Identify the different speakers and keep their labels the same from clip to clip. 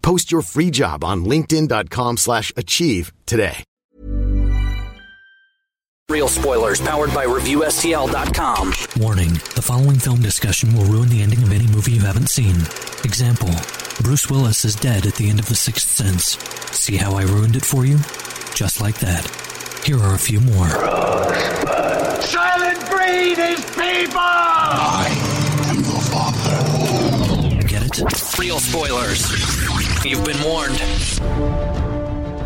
Speaker 1: Post your free job on linkedin.com/achieve slash achieve today.
Speaker 2: Real spoilers powered by ReviewSTL.com.
Speaker 3: Warning the following film discussion will ruin the ending of any movie you haven't seen. Example Bruce Willis is dead at the end of The Sixth Sense. See how I ruined it for you? Just like that. Here are a few more.
Speaker 4: Silent breed is people! I am your father.
Speaker 3: Get it?
Speaker 2: Real spoilers. You've been warned.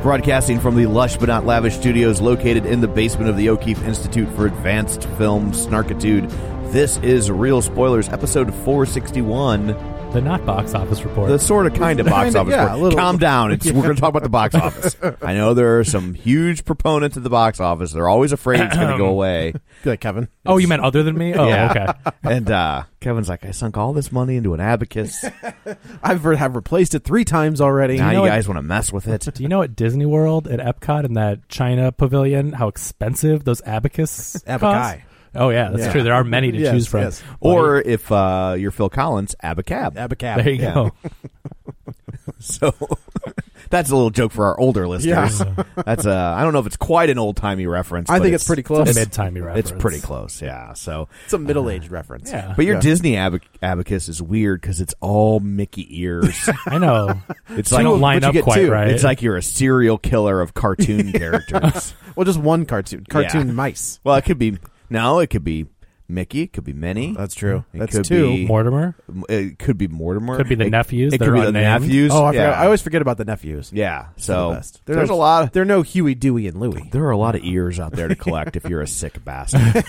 Speaker 5: Broadcasting from the lush but not lavish studios located in the basement of the O'Keefe Institute for Advanced Film Snarkitude, this is Real Spoilers, episode 461.
Speaker 6: The not box office report.
Speaker 5: The sort of kind of box office.
Speaker 7: yeah,
Speaker 5: report.
Speaker 7: a little-
Speaker 5: Calm down. It's, We're going to talk about the box office. I know there are some huge proponents of the box office. They're always afraid it's going to go away.
Speaker 7: Um, Good, Kevin.
Speaker 6: oh, you meant other than me? Oh, okay.
Speaker 5: And uh, Kevin's like, I sunk all this money into an abacus.
Speaker 7: I've re- have replaced it three times already.
Speaker 5: now
Speaker 7: You
Speaker 5: you,
Speaker 7: know what?
Speaker 5: guys want to mess with it.
Speaker 6: Do you know at Disney World, at Epcot, in that China pavilion, how expensive those abacus
Speaker 7: Abacai.
Speaker 6: cost? Oh, yeah, that's
Speaker 7: Yeah.
Speaker 6: true. There are many to
Speaker 7: Yes,
Speaker 6: choose from.
Speaker 7: yes.
Speaker 5: Or if uh, you're Phil Collins, abacab.
Speaker 7: Abacab.
Speaker 6: There you
Speaker 5: Yeah.
Speaker 6: go.
Speaker 5: So that's a little joke for our older listeners. That's a I don't know if it's quite an old timey reference.
Speaker 7: I
Speaker 5: but
Speaker 7: think it's pretty close.
Speaker 6: It's a mid-timey
Speaker 5: It's
Speaker 6: reference.
Speaker 5: pretty close, yeah. So, uh,
Speaker 7: It's a middle aged reference.
Speaker 6: Yeah.
Speaker 5: but your Disney abac- abacus is weird because it's all Mickey ears.
Speaker 6: I know.
Speaker 5: It's
Speaker 6: They
Speaker 5: like
Speaker 6: don't line
Speaker 5: but you
Speaker 6: up
Speaker 5: get
Speaker 6: quite
Speaker 5: two.
Speaker 6: right.
Speaker 5: It's like you're a serial killer of cartoon characters.
Speaker 7: Well, just one cartoon. Cartoon
Speaker 5: Yeah.
Speaker 7: mice.
Speaker 5: Well, it could be no, it could be Mickey, it could be Minnie.
Speaker 7: That's true.
Speaker 5: It
Speaker 7: That's
Speaker 5: could
Speaker 7: two.
Speaker 5: be-
Speaker 6: Mortimer.
Speaker 5: It could be Mortimer.
Speaker 6: Could be the
Speaker 5: It-
Speaker 6: nephews
Speaker 5: It
Speaker 6: that
Speaker 5: could be
Speaker 6: are
Speaker 5: the
Speaker 6: unnamed.
Speaker 5: nephews.
Speaker 7: Oh, I, forgot.
Speaker 5: yeah.
Speaker 7: I always forget about the nephews.
Speaker 5: Yeah.
Speaker 7: They're
Speaker 5: So
Speaker 7: the best. They're
Speaker 5: there's
Speaker 7: no-
Speaker 5: a lot.
Speaker 7: They're no Huey, Dewey, and Louie.
Speaker 5: There are a lot of ears out there to collect if you're a sick bastard.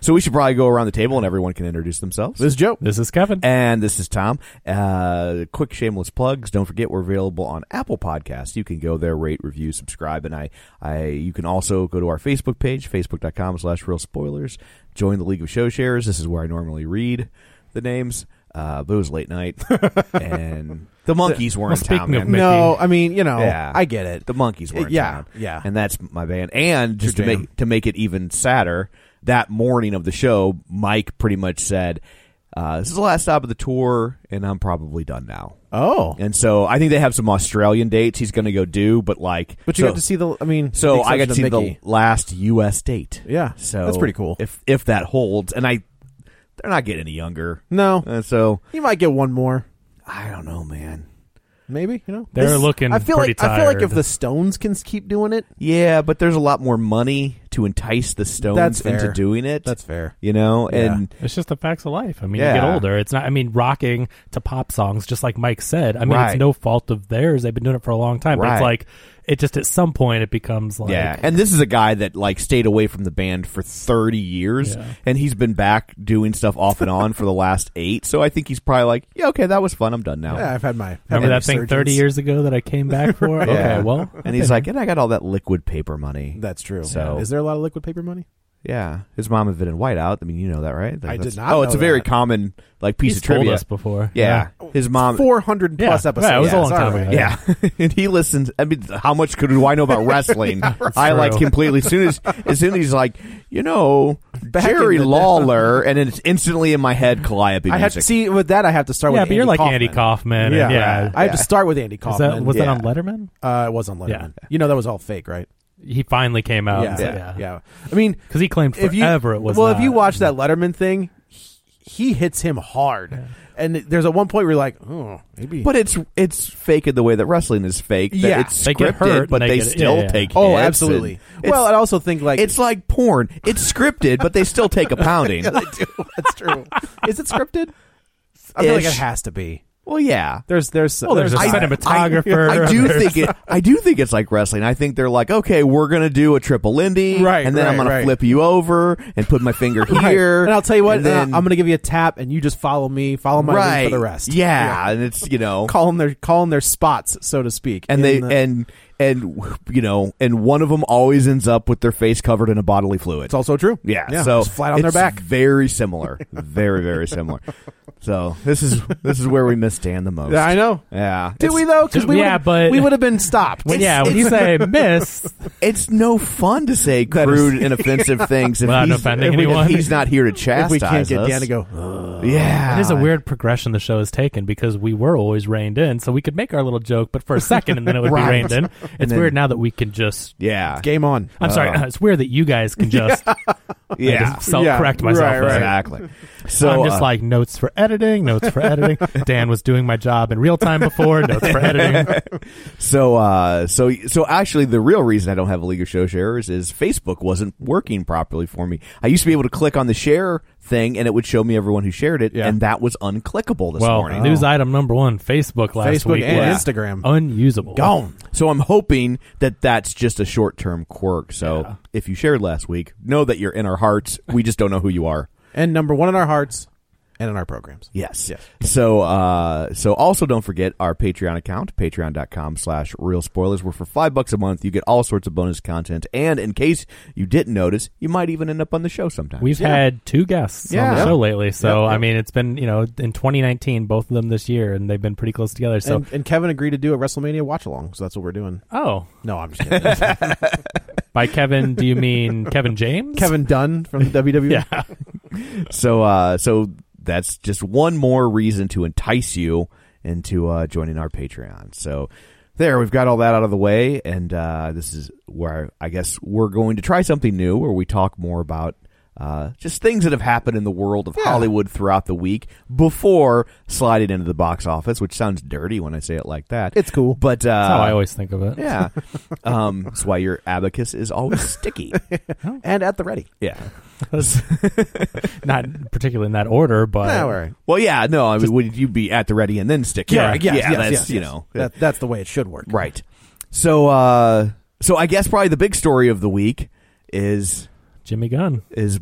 Speaker 5: so we should probably go around the table and everyone can introduce themselves.
Speaker 7: This is Joe.
Speaker 6: This is Kevin.
Speaker 5: Oh. and this is Tom. Uh, quick shameless plugs. Don't forget we're available on Apple Podcasts. You can go there, rate, review, subscribe, and I, I you can also go to our Facebook page, facebook.com slash real spoilers. Join the League of Show Sharers. This is where I normally read the names. Uh, but it was late night. and the monkeys were
Speaker 6: Well,
Speaker 5: in town.
Speaker 6: speaking of
Speaker 5: man.
Speaker 6: Mickey.
Speaker 7: No, I mean, you know,
Speaker 5: Yeah.
Speaker 7: I get it.
Speaker 5: The monkeys were in
Speaker 7: Yeah,
Speaker 5: town.
Speaker 7: yeah.
Speaker 5: And that's my band. And just to
Speaker 7: Your jam.
Speaker 5: make to make it even sadder, that morning of the show, Mike pretty much said, uh, "This is the last stop of the tour, and I'm probably done now."
Speaker 7: Oh.
Speaker 5: And so I think they have some Australian dates he's going to go do, but like,
Speaker 7: But you
Speaker 5: so,
Speaker 7: got to see the, I mean,
Speaker 5: So
Speaker 7: the
Speaker 5: I got to see
Speaker 7: exception of Mickey.
Speaker 5: the last U.S. date.
Speaker 7: Yeah,
Speaker 5: So
Speaker 7: that's pretty cool.
Speaker 5: If if that holds, and I, they're not getting any younger.
Speaker 7: No.
Speaker 5: And so
Speaker 7: you might get one more.
Speaker 5: Uh. I don't know, man.
Speaker 7: Maybe, you know?
Speaker 6: They're
Speaker 7: This-
Speaker 6: looking
Speaker 7: I feel
Speaker 6: pretty
Speaker 7: like I feel like
Speaker 6: tired.
Speaker 7: if the Stones can keep doing it,
Speaker 5: Yeah, but there's a lot more money to entice the Stones
Speaker 7: That's
Speaker 5: into
Speaker 7: fair.
Speaker 5: doing it.
Speaker 7: That's fair.
Speaker 5: You know,
Speaker 7: Yeah.
Speaker 5: and
Speaker 6: It's just the facts of life. I mean, you
Speaker 5: Yeah.
Speaker 6: get older. It's not. I mean, rocking to pop songs, just like Mike said. I mean,
Speaker 5: Right.
Speaker 6: it's no fault of theirs. They've been doing it for a long time. But
Speaker 5: Right.
Speaker 6: it's like, it just at some point it becomes like,
Speaker 5: yeah, and this is a guy that like stayed away from the band for 30 years
Speaker 6: Yeah.
Speaker 5: and he's been back doing stuff off and on for the last 8. So I think he's probably like, yeah, okay, that was fun. I'm done now.
Speaker 7: yeah, I've had my
Speaker 6: remember
Speaker 7: had my
Speaker 6: that thing 30
Speaker 7: resurgence.
Speaker 6: years ago that I came back for?
Speaker 5: Yeah.
Speaker 6: Okay, well,
Speaker 5: and he's like, and I got all that liquid paper money.
Speaker 7: That's true.
Speaker 5: So-
Speaker 7: is there a lot of liquid paper money?
Speaker 5: Yeah, his mom had been in whiteout. I mean, you know that, right? Like,
Speaker 7: I did
Speaker 5: that's-
Speaker 7: not
Speaker 5: Oh, it's
Speaker 7: know
Speaker 5: a very
Speaker 7: that.
Speaker 5: common like piece
Speaker 6: he's
Speaker 5: of trivia.
Speaker 6: told us before.
Speaker 5: yeah. his mom.
Speaker 7: Four hundred
Speaker 6: Yeah,
Speaker 7: plus
Speaker 6: right,
Speaker 7: episodes.
Speaker 6: it was a
Speaker 7: Yeah,
Speaker 6: long
Speaker 7: it's
Speaker 6: time
Speaker 7: all
Speaker 6: ago.
Speaker 5: Yeah, and he listens. I mean, how much could do I know about wrestling? I like
Speaker 6: True.
Speaker 5: completely. As soon as as soon as he's like, you know, Jerry
Speaker 7: in the-
Speaker 5: Lawler, and then it's instantly in my head Calliope
Speaker 7: I
Speaker 5: music.
Speaker 7: have to see with that. I have to start.
Speaker 6: Yeah,
Speaker 7: with
Speaker 6: but you're
Speaker 7: Andy
Speaker 6: like
Speaker 7: Kaufman.
Speaker 6: Andy Kaufman.
Speaker 7: Yeah,
Speaker 6: and yeah.
Speaker 7: I have to start with Andy
Speaker 6: Is
Speaker 7: Kaufman.
Speaker 6: that, was that
Speaker 5: yeah.
Speaker 6: on Letterman?
Speaker 7: Uh, it was on Letterman.
Speaker 6: Yeah.
Speaker 7: You know that was all fake, right?
Speaker 6: He finally came out.
Speaker 7: yeah,
Speaker 6: and said,
Speaker 7: yeah,
Speaker 6: yeah.
Speaker 7: I mean,
Speaker 6: Because he claimed
Speaker 7: if
Speaker 6: forever
Speaker 7: you
Speaker 6: it was.
Speaker 7: well, if
Speaker 6: not.
Speaker 7: you watch that Letterman thing, he- he hits him hard, and there's a one point where you're like, oh, maybe.
Speaker 5: But it's it's fake in the way that wrestling is fake. that
Speaker 7: Yeah.
Speaker 5: it's
Speaker 6: They
Speaker 5: scripted,
Speaker 6: get hurt,
Speaker 5: but
Speaker 6: and
Speaker 5: they,
Speaker 6: they get-
Speaker 5: still
Speaker 6: yeah, yeah.
Speaker 5: take.
Speaker 7: oh,
Speaker 5: hits,
Speaker 7: absolutely.
Speaker 5: and it's-
Speaker 7: Well, and I also think like
Speaker 5: it's like porn. It's scripted, but they still take a pounding.
Speaker 7: that's true. is it scripted? I feel like it
Speaker 5: Ish.
Speaker 7: has to be.
Speaker 5: well, yeah.
Speaker 7: There's there's
Speaker 6: Well, there's a
Speaker 7: I-
Speaker 6: cinematographer.
Speaker 5: I do
Speaker 6: there's-
Speaker 5: think it. I do think it's like wrestling. I think they're like, okay, we're gonna do a triple Lindy,
Speaker 7: Right,
Speaker 5: And then I'm
Speaker 7: right,
Speaker 5: gonna
Speaker 7: right.
Speaker 5: flip you over and put my finger
Speaker 7: Right.
Speaker 5: here.
Speaker 7: And I'll tell you what,
Speaker 5: and then-
Speaker 7: uh, I'm going to give you a tap, and you just follow me, follow my
Speaker 5: right
Speaker 7: lead for the rest.
Speaker 5: Yeah, and it's you know,
Speaker 7: Call them their call 'em their spots, so to speak.
Speaker 5: and
Speaker 7: in
Speaker 5: they
Speaker 7: the-
Speaker 5: and and you know, and one of them always ends up with their face covered in a bodily fluid.
Speaker 7: it's also true.
Speaker 5: Yeah, so
Speaker 7: just flat on their
Speaker 5: it's
Speaker 7: back.
Speaker 5: Very similar. very very similar. So this is this is where we miss Dan the most.
Speaker 7: Yeah, I know.
Speaker 5: Yeah,
Speaker 7: Do
Speaker 5: It's-
Speaker 7: we though? Because we
Speaker 6: Yeah,
Speaker 7: would've-
Speaker 6: but-
Speaker 7: we would have been stopped.
Speaker 6: When, yeah, when you say miss,
Speaker 5: It's no fun to say crude and offensive things if,
Speaker 6: Without
Speaker 5: he's,
Speaker 6: offending
Speaker 5: if we- if
Speaker 6: anyone.
Speaker 5: he's not here to chastise
Speaker 7: if we can't get
Speaker 5: us.
Speaker 7: Dan to go, "Ugh."
Speaker 5: Yeah,
Speaker 6: it is a weird progression the show has taken because we were always reined in, so we could make our little joke, but for a second, and then it would
Speaker 5: Right.
Speaker 6: be reined in. It's
Speaker 5: then-
Speaker 6: weird now that we can just.
Speaker 5: Yeah,
Speaker 7: game on.
Speaker 6: I'm sorry. It's weird that you guys can just
Speaker 5: yeah,
Speaker 6: self correct
Speaker 7: Yeah,
Speaker 6: myself.
Speaker 7: right,
Speaker 6: with
Speaker 7: right.
Speaker 6: that.
Speaker 5: exactly. So
Speaker 6: I'm just
Speaker 5: uh,
Speaker 6: like notes for editing, notes for editing. Dan was doing my job in real time before, notes for editing.
Speaker 5: so uh, so so actually, the real reason I don't have a League of Show Sharers is Facebook wasn't working properly for me. I used to be able to click on the share thing and it would show me everyone who shared it,
Speaker 7: Yeah.
Speaker 5: and that was unclickable this
Speaker 6: Well,
Speaker 5: morning.
Speaker 6: news item number one: Facebook last
Speaker 7: Facebook
Speaker 6: week
Speaker 7: and
Speaker 6: was
Speaker 7: Instagram.
Speaker 6: unusable.
Speaker 7: Gone.
Speaker 5: So I'm hoping that that's just a short term quirk. So if you shared last week, know that you're in our hearts. We just don't know who you are.
Speaker 7: And number one in our hearts and in our programs.
Speaker 5: Yes.
Speaker 7: Yes.
Speaker 5: So uh so also don't forget our Patreon account, patreon.com slash real spoilers, where for five bucks a month you get all sorts of bonus content. And in case you didn't notice, you might even end up on the show sometime.
Speaker 6: We've had two guests on
Speaker 5: Yeah.
Speaker 6: the show lately, so
Speaker 5: Yep, yep.
Speaker 6: I mean, it's been you know in 2019, both of them this year, and they've been pretty close together. So,
Speaker 7: and, and Kevin agreed to do a WrestleMania watch along, so that's what we're doing.
Speaker 6: oh,
Speaker 7: No, I'm just kidding.
Speaker 6: by Kevin, do you mean Kevin James?
Speaker 7: Kevin Dunn from the WWE.
Speaker 6: Yeah.
Speaker 5: E? so uh so that's just one more reason to entice you into uh joining our Patreon. So there, we've got all that out of the way, and uh, this is where I guess we're going to try something new, where we talk more about uh, just things that have happened in the world of Hollywood throughout the week before sliding into the box office, which sounds dirty when I say it like that.
Speaker 7: It's cool.
Speaker 5: but uh,
Speaker 6: That's how I always think of it.
Speaker 5: yeah, um, that's why your abacus is always sticky.
Speaker 7: And at the ready.
Speaker 5: Yeah.
Speaker 6: Not particularly in that order, but
Speaker 7: Yeah, all right.
Speaker 5: Well, yeah, no, I mean, would you be at the ready and then stick?
Speaker 7: Yeah,
Speaker 5: yeah,
Speaker 7: yes, yes,
Speaker 5: that's
Speaker 7: yes,
Speaker 5: you
Speaker 7: yes.
Speaker 5: know, uh,
Speaker 7: That, that's the way it should work.
Speaker 5: right. So, uh, so I guess probably the big story of the week is
Speaker 6: Jimmy Gunn.
Speaker 5: is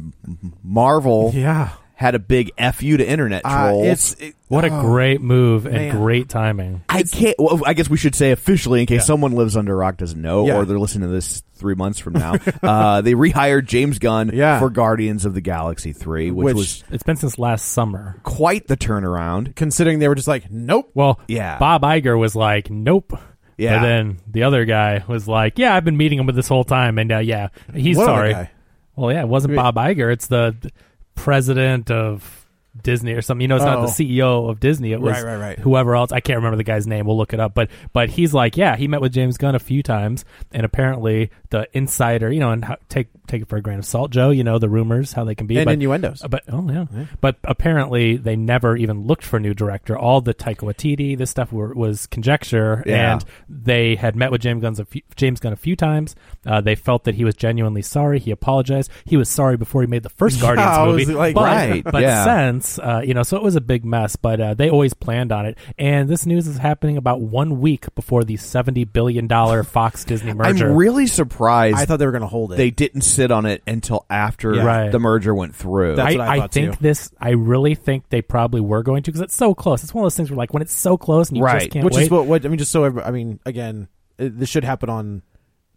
Speaker 5: Marvel
Speaker 7: Yeah.
Speaker 5: had a big fu to internet
Speaker 7: Uh,
Speaker 5: trolls.
Speaker 7: it's it-
Speaker 6: What a
Speaker 7: oh,
Speaker 6: great move and
Speaker 7: man.
Speaker 6: great timing.
Speaker 5: I can't. Well, I guess we should say officially, in case someone lives under a rock doesn't know,
Speaker 7: Yeah.
Speaker 5: or they're listening to this three months from now. uh, they rehired James Gunn
Speaker 7: Yeah.
Speaker 5: for Guardians of the Galaxy Three, which,
Speaker 7: Which-
Speaker 5: was
Speaker 6: It's been since last summer.
Speaker 5: quite the turnaround.
Speaker 7: Considering they were just like, nope.
Speaker 6: Well,
Speaker 5: Yeah.
Speaker 6: Bob Iger was like, "Nope."
Speaker 5: Yeah.
Speaker 6: But then the other guy was like, "Yeah, I've been meeting him with this whole time, and uh, yeah, he's
Speaker 7: What other
Speaker 6: sorry."
Speaker 7: guy?
Speaker 6: Well, yeah, it wasn't
Speaker 7: Wait.
Speaker 6: Bob Iger. It's the d- president of Disney or something. You know, it's
Speaker 7: Oh.
Speaker 6: not the CEO of Disney. It was
Speaker 7: Right, right, right.
Speaker 6: whoever else. I can't remember the guy's name. We'll look it up. But but he's like, yeah, he met with James Gunn a few times, and apparently the insider, you know, and how, take take it for a grain of salt, Joe. You know the rumors how they can be
Speaker 7: And
Speaker 6: but,
Speaker 7: innuendos.
Speaker 6: But oh yeah. But apparently they never even looked for a new director. All the Taika Waititi, this stuff were, was conjecture,
Speaker 5: Yeah.
Speaker 6: and they had met with James Gunn's a few, James Gunn a few times. Uh, they felt that he was genuinely sorry. He apologized. He was sorry before he made the first Guardians
Speaker 7: I was
Speaker 6: movie,
Speaker 7: like-
Speaker 6: but,
Speaker 5: Right,
Speaker 6: But
Speaker 5: yeah.
Speaker 6: since uh, you know, so it was a big mess. But uh, they always planned on it, and this news is happening about one week before the seventy billion dollar Fox Disney merger.
Speaker 5: I'm really surprised.
Speaker 7: I thought they were going to hold it.
Speaker 5: they didn't sit on it until after
Speaker 6: Yeah. Right.
Speaker 5: the merger went through.
Speaker 7: That's
Speaker 6: I,
Speaker 7: what I thought,
Speaker 6: think
Speaker 7: too.
Speaker 6: this. I really think they probably were going to because it's so close. It's one of those things where, like, when it's so close and you
Speaker 5: Right.
Speaker 6: just can't
Speaker 7: which
Speaker 6: wait.
Speaker 7: is what, what I mean. Just so everybody, I mean, again, it, this should happen on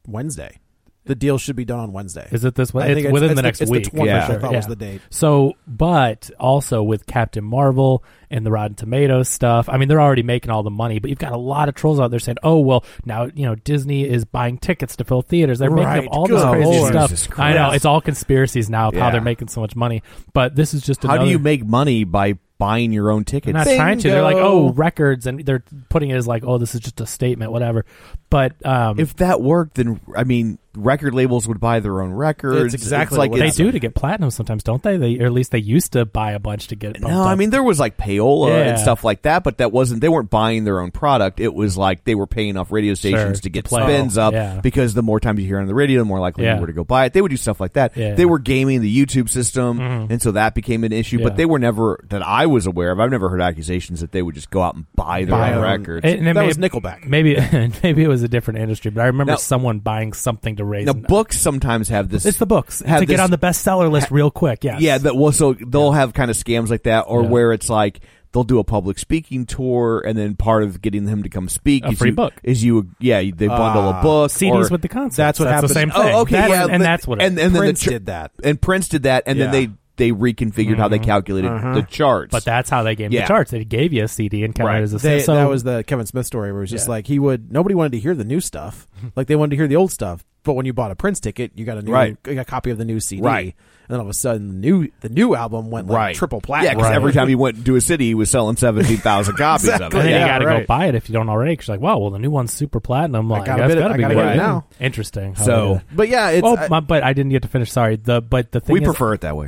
Speaker 7: Wednesday. The deal should be done on Wednesday.
Speaker 6: Is it this
Speaker 7: I
Speaker 6: way?
Speaker 7: think
Speaker 6: It's within the next
Speaker 7: it's
Speaker 6: week.
Speaker 7: The 20th,
Speaker 5: Yeah.
Speaker 7: I thought was the date.
Speaker 6: So, but also with Captain Marvel and the Rotten Tomatoes stuff, I mean, they're already making all the money, but you've got a lot of trolls out there saying, oh, well, now, you know, Disney is buying tickets to fill theaters. They're
Speaker 7: Right.
Speaker 6: making up all
Speaker 7: Good
Speaker 6: this crazy
Speaker 7: Lord.
Speaker 5: Jesus
Speaker 6: stuff. I know.
Speaker 5: Christ.
Speaker 6: It's all conspiracies now of
Speaker 5: Yeah.
Speaker 6: how they're making so much money. But this is just
Speaker 5: How
Speaker 6: another.
Speaker 5: do you make money by buying your own tickets?
Speaker 6: They're not trying to. They're like, oh, records, and they're putting it as like, oh, this is just a statement, whatever. But um,
Speaker 5: if that worked, then I mean, record labels would buy their own records.
Speaker 7: That's exactly
Speaker 5: It's like
Speaker 7: what
Speaker 6: they
Speaker 5: it's-
Speaker 6: do to get platinum sometimes, don't they? They or at least they used to buy a bunch to get. It
Speaker 5: No, I mean there was like payola
Speaker 6: Yeah.
Speaker 5: and stuff like that, but that wasn't. They weren't buying their own product. It was like they were paying off radio stations
Speaker 6: Sure,
Speaker 5: to get
Speaker 6: to play.
Speaker 5: spins up
Speaker 6: Yeah.
Speaker 5: because the more times you hear on the radio, the more likely
Speaker 6: Yeah.
Speaker 5: you were to go buy it. They would do stuff like that.
Speaker 6: Yeah. Mm-hmm.
Speaker 5: They were gaming the YouTube system, and so that became an issue.
Speaker 6: Yeah.
Speaker 5: But they were never that I was aware of. I've never heard accusations that they would just go out and buy their
Speaker 7: Buy
Speaker 5: own
Speaker 7: own-
Speaker 5: records.
Speaker 6: And- and it
Speaker 7: That
Speaker 6: may-
Speaker 7: was Nickelback.
Speaker 6: Maybe maybe it was a different industry, but I remember
Speaker 5: Now-
Speaker 6: someone buying something to raise.
Speaker 5: now
Speaker 6: an-
Speaker 5: books sometimes have this.
Speaker 6: it's the books
Speaker 5: have
Speaker 6: to get
Speaker 5: this-
Speaker 6: on the bestseller list real quick. Yes.
Speaker 5: Yeah, that well, so they'll have kind of scams like that, or
Speaker 6: Yeah.
Speaker 5: where it's like they'll do a public speaking tour, and then part of getting him to come speak
Speaker 6: A
Speaker 5: is
Speaker 6: free
Speaker 5: you,
Speaker 6: book.
Speaker 5: is you yeah they bundle a
Speaker 7: Ah.
Speaker 5: book
Speaker 6: CDs
Speaker 5: or-
Speaker 6: with the concept.
Speaker 7: that's what
Speaker 6: Uh, The same
Speaker 7: happened.
Speaker 6: thing.
Speaker 5: Oh, okay,
Speaker 6: That's-
Speaker 5: yeah,
Speaker 6: and that's what. It,
Speaker 5: and and then
Speaker 7: Prince
Speaker 5: the char-
Speaker 7: did that.
Speaker 5: and Prince did that, and
Speaker 7: Yeah.
Speaker 5: then they they reconfigured how they calculated the charts.
Speaker 6: Mm-hmm. but that's how they game the
Speaker 5: Yeah.
Speaker 6: charts. They gave you a CD and counted
Speaker 5: Right.
Speaker 6: it as a
Speaker 7: They,
Speaker 6: so
Speaker 7: that was the Kevin Smith story where it was just
Speaker 6: Yeah.
Speaker 7: like he would nobody wanted to hear the new stuff. Like they wanted to hear the old stuff. But when you bought a Prince ticket, you got a new
Speaker 5: Right.
Speaker 7: you got a copy of the new CD.
Speaker 5: Right.
Speaker 7: And then all of a sudden the new the new album went like
Speaker 5: right
Speaker 7: triple
Speaker 5: Yeah,
Speaker 7: platinum.
Speaker 5: because every time he went to a city, he was selling seventeen thousand copies
Speaker 6: And
Speaker 5: of it.
Speaker 6: then
Speaker 7: Yeah,
Speaker 6: you got to go
Speaker 7: right.
Speaker 6: buy it if you don't already. Because like, wow, well, the new one's super platinum. Like,
Speaker 7: gotta
Speaker 6: that's
Speaker 7: bid it.
Speaker 6: gotta
Speaker 7: I
Speaker 6: be
Speaker 7: gotta
Speaker 6: good.
Speaker 7: get it now.
Speaker 6: Interesting. how they do
Speaker 5: So
Speaker 6: that.
Speaker 7: But yeah, it's uh,
Speaker 6: oh,
Speaker 7: I-
Speaker 6: my, but I didn't get to finish. Sorry. The but the thing
Speaker 5: we
Speaker 6: is,
Speaker 5: prefer it that way.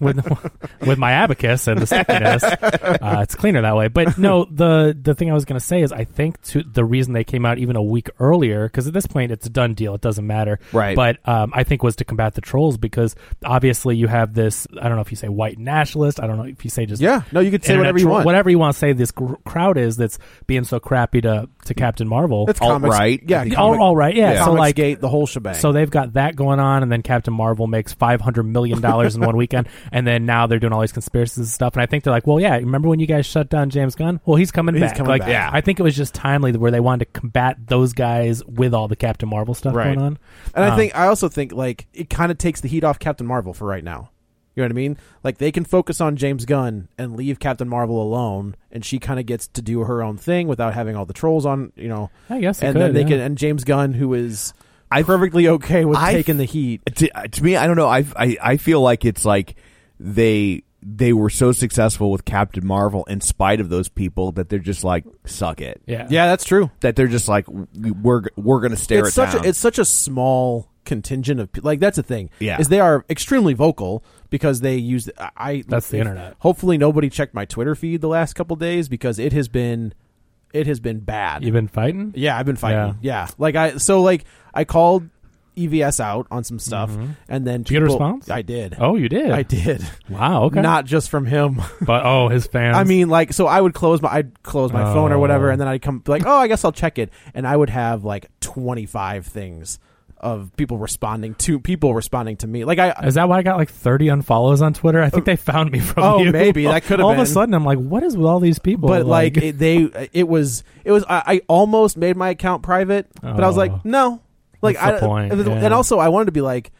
Speaker 6: with with my abacus and the stickiness, uh, it's cleaner that way. But no, the the thing I was going to say is I think to, the reason they came out even a week earlier because at this point it's a done deal. It doesn't matter,
Speaker 5: Right.
Speaker 6: But um, I think was to combat the trolls because obviously you have this. I don't know if you say white nationalist. I don't know if you say just
Speaker 7: yeah. No, you could say
Speaker 6: internet
Speaker 7: whatever you
Speaker 6: troll-
Speaker 7: want.
Speaker 6: Whatever you want to say, this gr- crowd is that's being so crappy to to Captain Marvel.
Speaker 7: That's
Speaker 5: Alt
Speaker 7: comics,
Speaker 5: right. I
Speaker 7: Yeah,
Speaker 5: think
Speaker 6: all, all right, yeah. So
Speaker 7: Comics
Speaker 6: like,
Speaker 7: Gate, the whole shebang.
Speaker 6: so they've got that going on, and then Captain Marvel makes five hundred million dollars in one weekend, and then now they're doing all these conspiracies and stuff. And I think they're like, well, yeah, remember when you guys shut down James Gunn? Well, he's coming
Speaker 7: He's
Speaker 6: back.
Speaker 7: coming
Speaker 6: like,
Speaker 7: back. Yeah.
Speaker 6: I think it was just timely where they wanted to combat those guys with all the Captain Marvel stuff
Speaker 7: Right.
Speaker 6: going on.
Speaker 7: And I
Speaker 6: Um,
Speaker 7: think I also think like it kind of takes the heat off Captain Marvel for right now. You know what I mean? Like they can focus on James Gunn and leave Captain Marvel alone, and she kind of gets to do her own thing without having all the trolls on. You know,
Speaker 6: I guess it
Speaker 7: and
Speaker 6: could,
Speaker 7: then they
Speaker 6: yeah.
Speaker 7: can and James Gunn, who is perfectly okay with
Speaker 5: I-
Speaker 7: taking the heat.
Speaker 5: to, uh, to me, I don't know. I, I I feel like it's like they they were so successful with Captain Marvel in spite of those people that they're just like suck it.
Speaker 6: yeah,
Speaker 7: Yeah, that's true.
Speaker 5: That they're just like we- we're we're gonna stare
Speaker 7: It's
Speaker 5: it
Speaker 7: such
Speaker 5: down.
Speaker 7: a, it's such a small contingent of pe- like that's the thing.
Speaker 5: Yeah.
Speaker 7: is they are extremely vocal because they use I- I.
Speaker 6: That's the internet.
Speaker 7: Hopefully, nobody checked my Twitter feed the last couple days because it has been it has been bad.
Speaker 6: You've been fighting.
Speaker 7: Yeah, I've been fighting. Yeah. Like I so like I called EVS out on some stuff and then
Speaker 6: Mm-hmm. you get a
Speaker 7: people-
Speaker 6: response?
Speaker 7: I did.
Speaker 6: Oh, you did.
Speaker 7: I did.
Speaker 6: Wow. Okay.
Speaker 7: Not just from him.
Speaker 6: but oh, his fans.
Speaker 7: I mean, like, so I would close my, I'd close my phone
Speaker 6: Oh.
Speaker 7: or whatever, and then I'd come like, oh, I guess I'll check it, and I would have like twenty five things of people responding to people responding to me. Like I,
Speaker 6: Is that why I got like 30 unfollows on Twitter? I think they found me from
Speaker 7: Oh,
Speaker 6: you.
Speaker 7: maybe. That could've
Speaker 6: All of
Speaker 7: been.
Speaker 6: a sudden, I'm like, what is with all these people?
Speaker 7: but like it, they, it was, it was. I, I almost made my account private, but I was
Speaker 6: Oh.
Speaker 7: like, no, like
Speaker 6: What's the
Speaker 7: I,
Speaker 6: point?
Speaker 7: and, then-
Speaker 6: Yeah.
Speaker 7: and also I wanted to be like,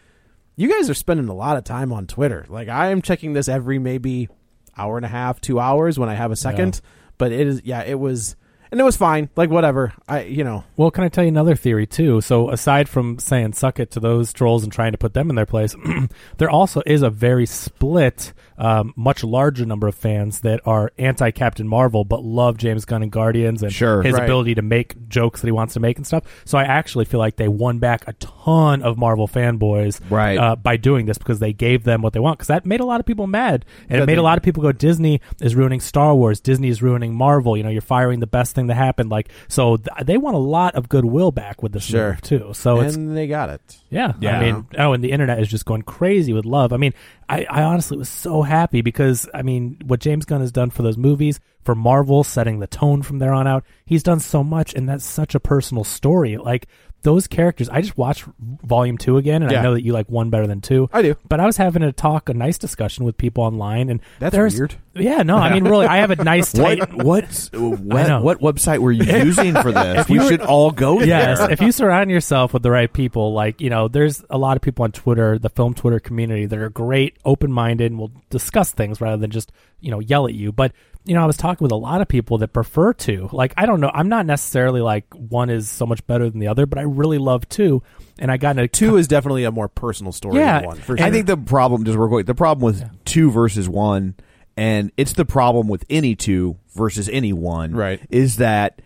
Speaker 7: you guys are spending a lot of time on Twitter. Like I am checking this every maybe hour and a half, two hours when I have a second. But it is, yeah, it was, and it was fine. Like whatever, I, you know.
Speaker 6: Well, can I tell you another theory too? So, aside from saying "suck it" to those trolls and trying to put them in their place, there also is a very split, um, much larger number of fans that are anti Captain Marvel but love James Gunn and Guardians and
Speaker 5: Sure.
Speaker 6: his
Speaker 7: Right.
Speaker 6: ability to make jokes that he wants to make and stuff. So, I actually feel like they won back a ton of Marvel fanboys
Speaker 5: Right.
Speaker 6: uh, by doing this because they gave them what they want. Because that made a lot of people mad, and it
Speaker 7: That
Speaker 6: made
Speaker 7: they-
Speaker 6: a lot of people go, "Disney is ruining Star Wars. Disney is ruining Marvel. You know, you're firing the best thing that happened." Like, so th- they want a lot of goodwill back with this
Speaker 7: Sure.
Speaker 6: move too. So it's
Speaker 7: and they got it.
Speaker 6: yeah,
Speaker 5: Yeah.
Speaker 6: I mean, oh, and the internet is just going crazy with love. I mean, I, I honestly was so happy because I mean, what James Gunn has done for those movies, for Marvel, setting the tone from there on out, he's done so much, and that's such a personal story. Like those characters, I just watched Volume Two again, and I
Speaker 7: Yeah.
Speaker 6: know that you like one better than two.
Speaker 7: I do.
Speaker 6: but I was having a talk, a nice discussion with people online, and
Speaker 7: That's
Speaker 6: there's-
Speaker 7: weird.
Speaker 6: Yeah, no, I mean, really, I have a nice tight,
Speaker 5: what what
Speaker 6: know.
Speaker 5: what, what website were you using for this? we should all go there.
Speaker 6: yes if you surround yourself with the right people like you know there's a lot of people on twitter the film twitter community that are great open-minded and will discuss things rather than just you know yell at you but you know i was talking with a lot of people that prefer to like i don't know i'm not necessarily like one is so much better than the other but i really love two and i got into
Speaker 7: Two is definitely a more personal story
Speaker 6: Yeah,
Speaker 7: than one. For
Speaker 6: and
Speaker 7: sure.
Speaker 5: I think the problem just real quick. The problem with two versus one, and it's the problem with any two versus any one,
Speaker 7: Right.
Speaker 5: Is that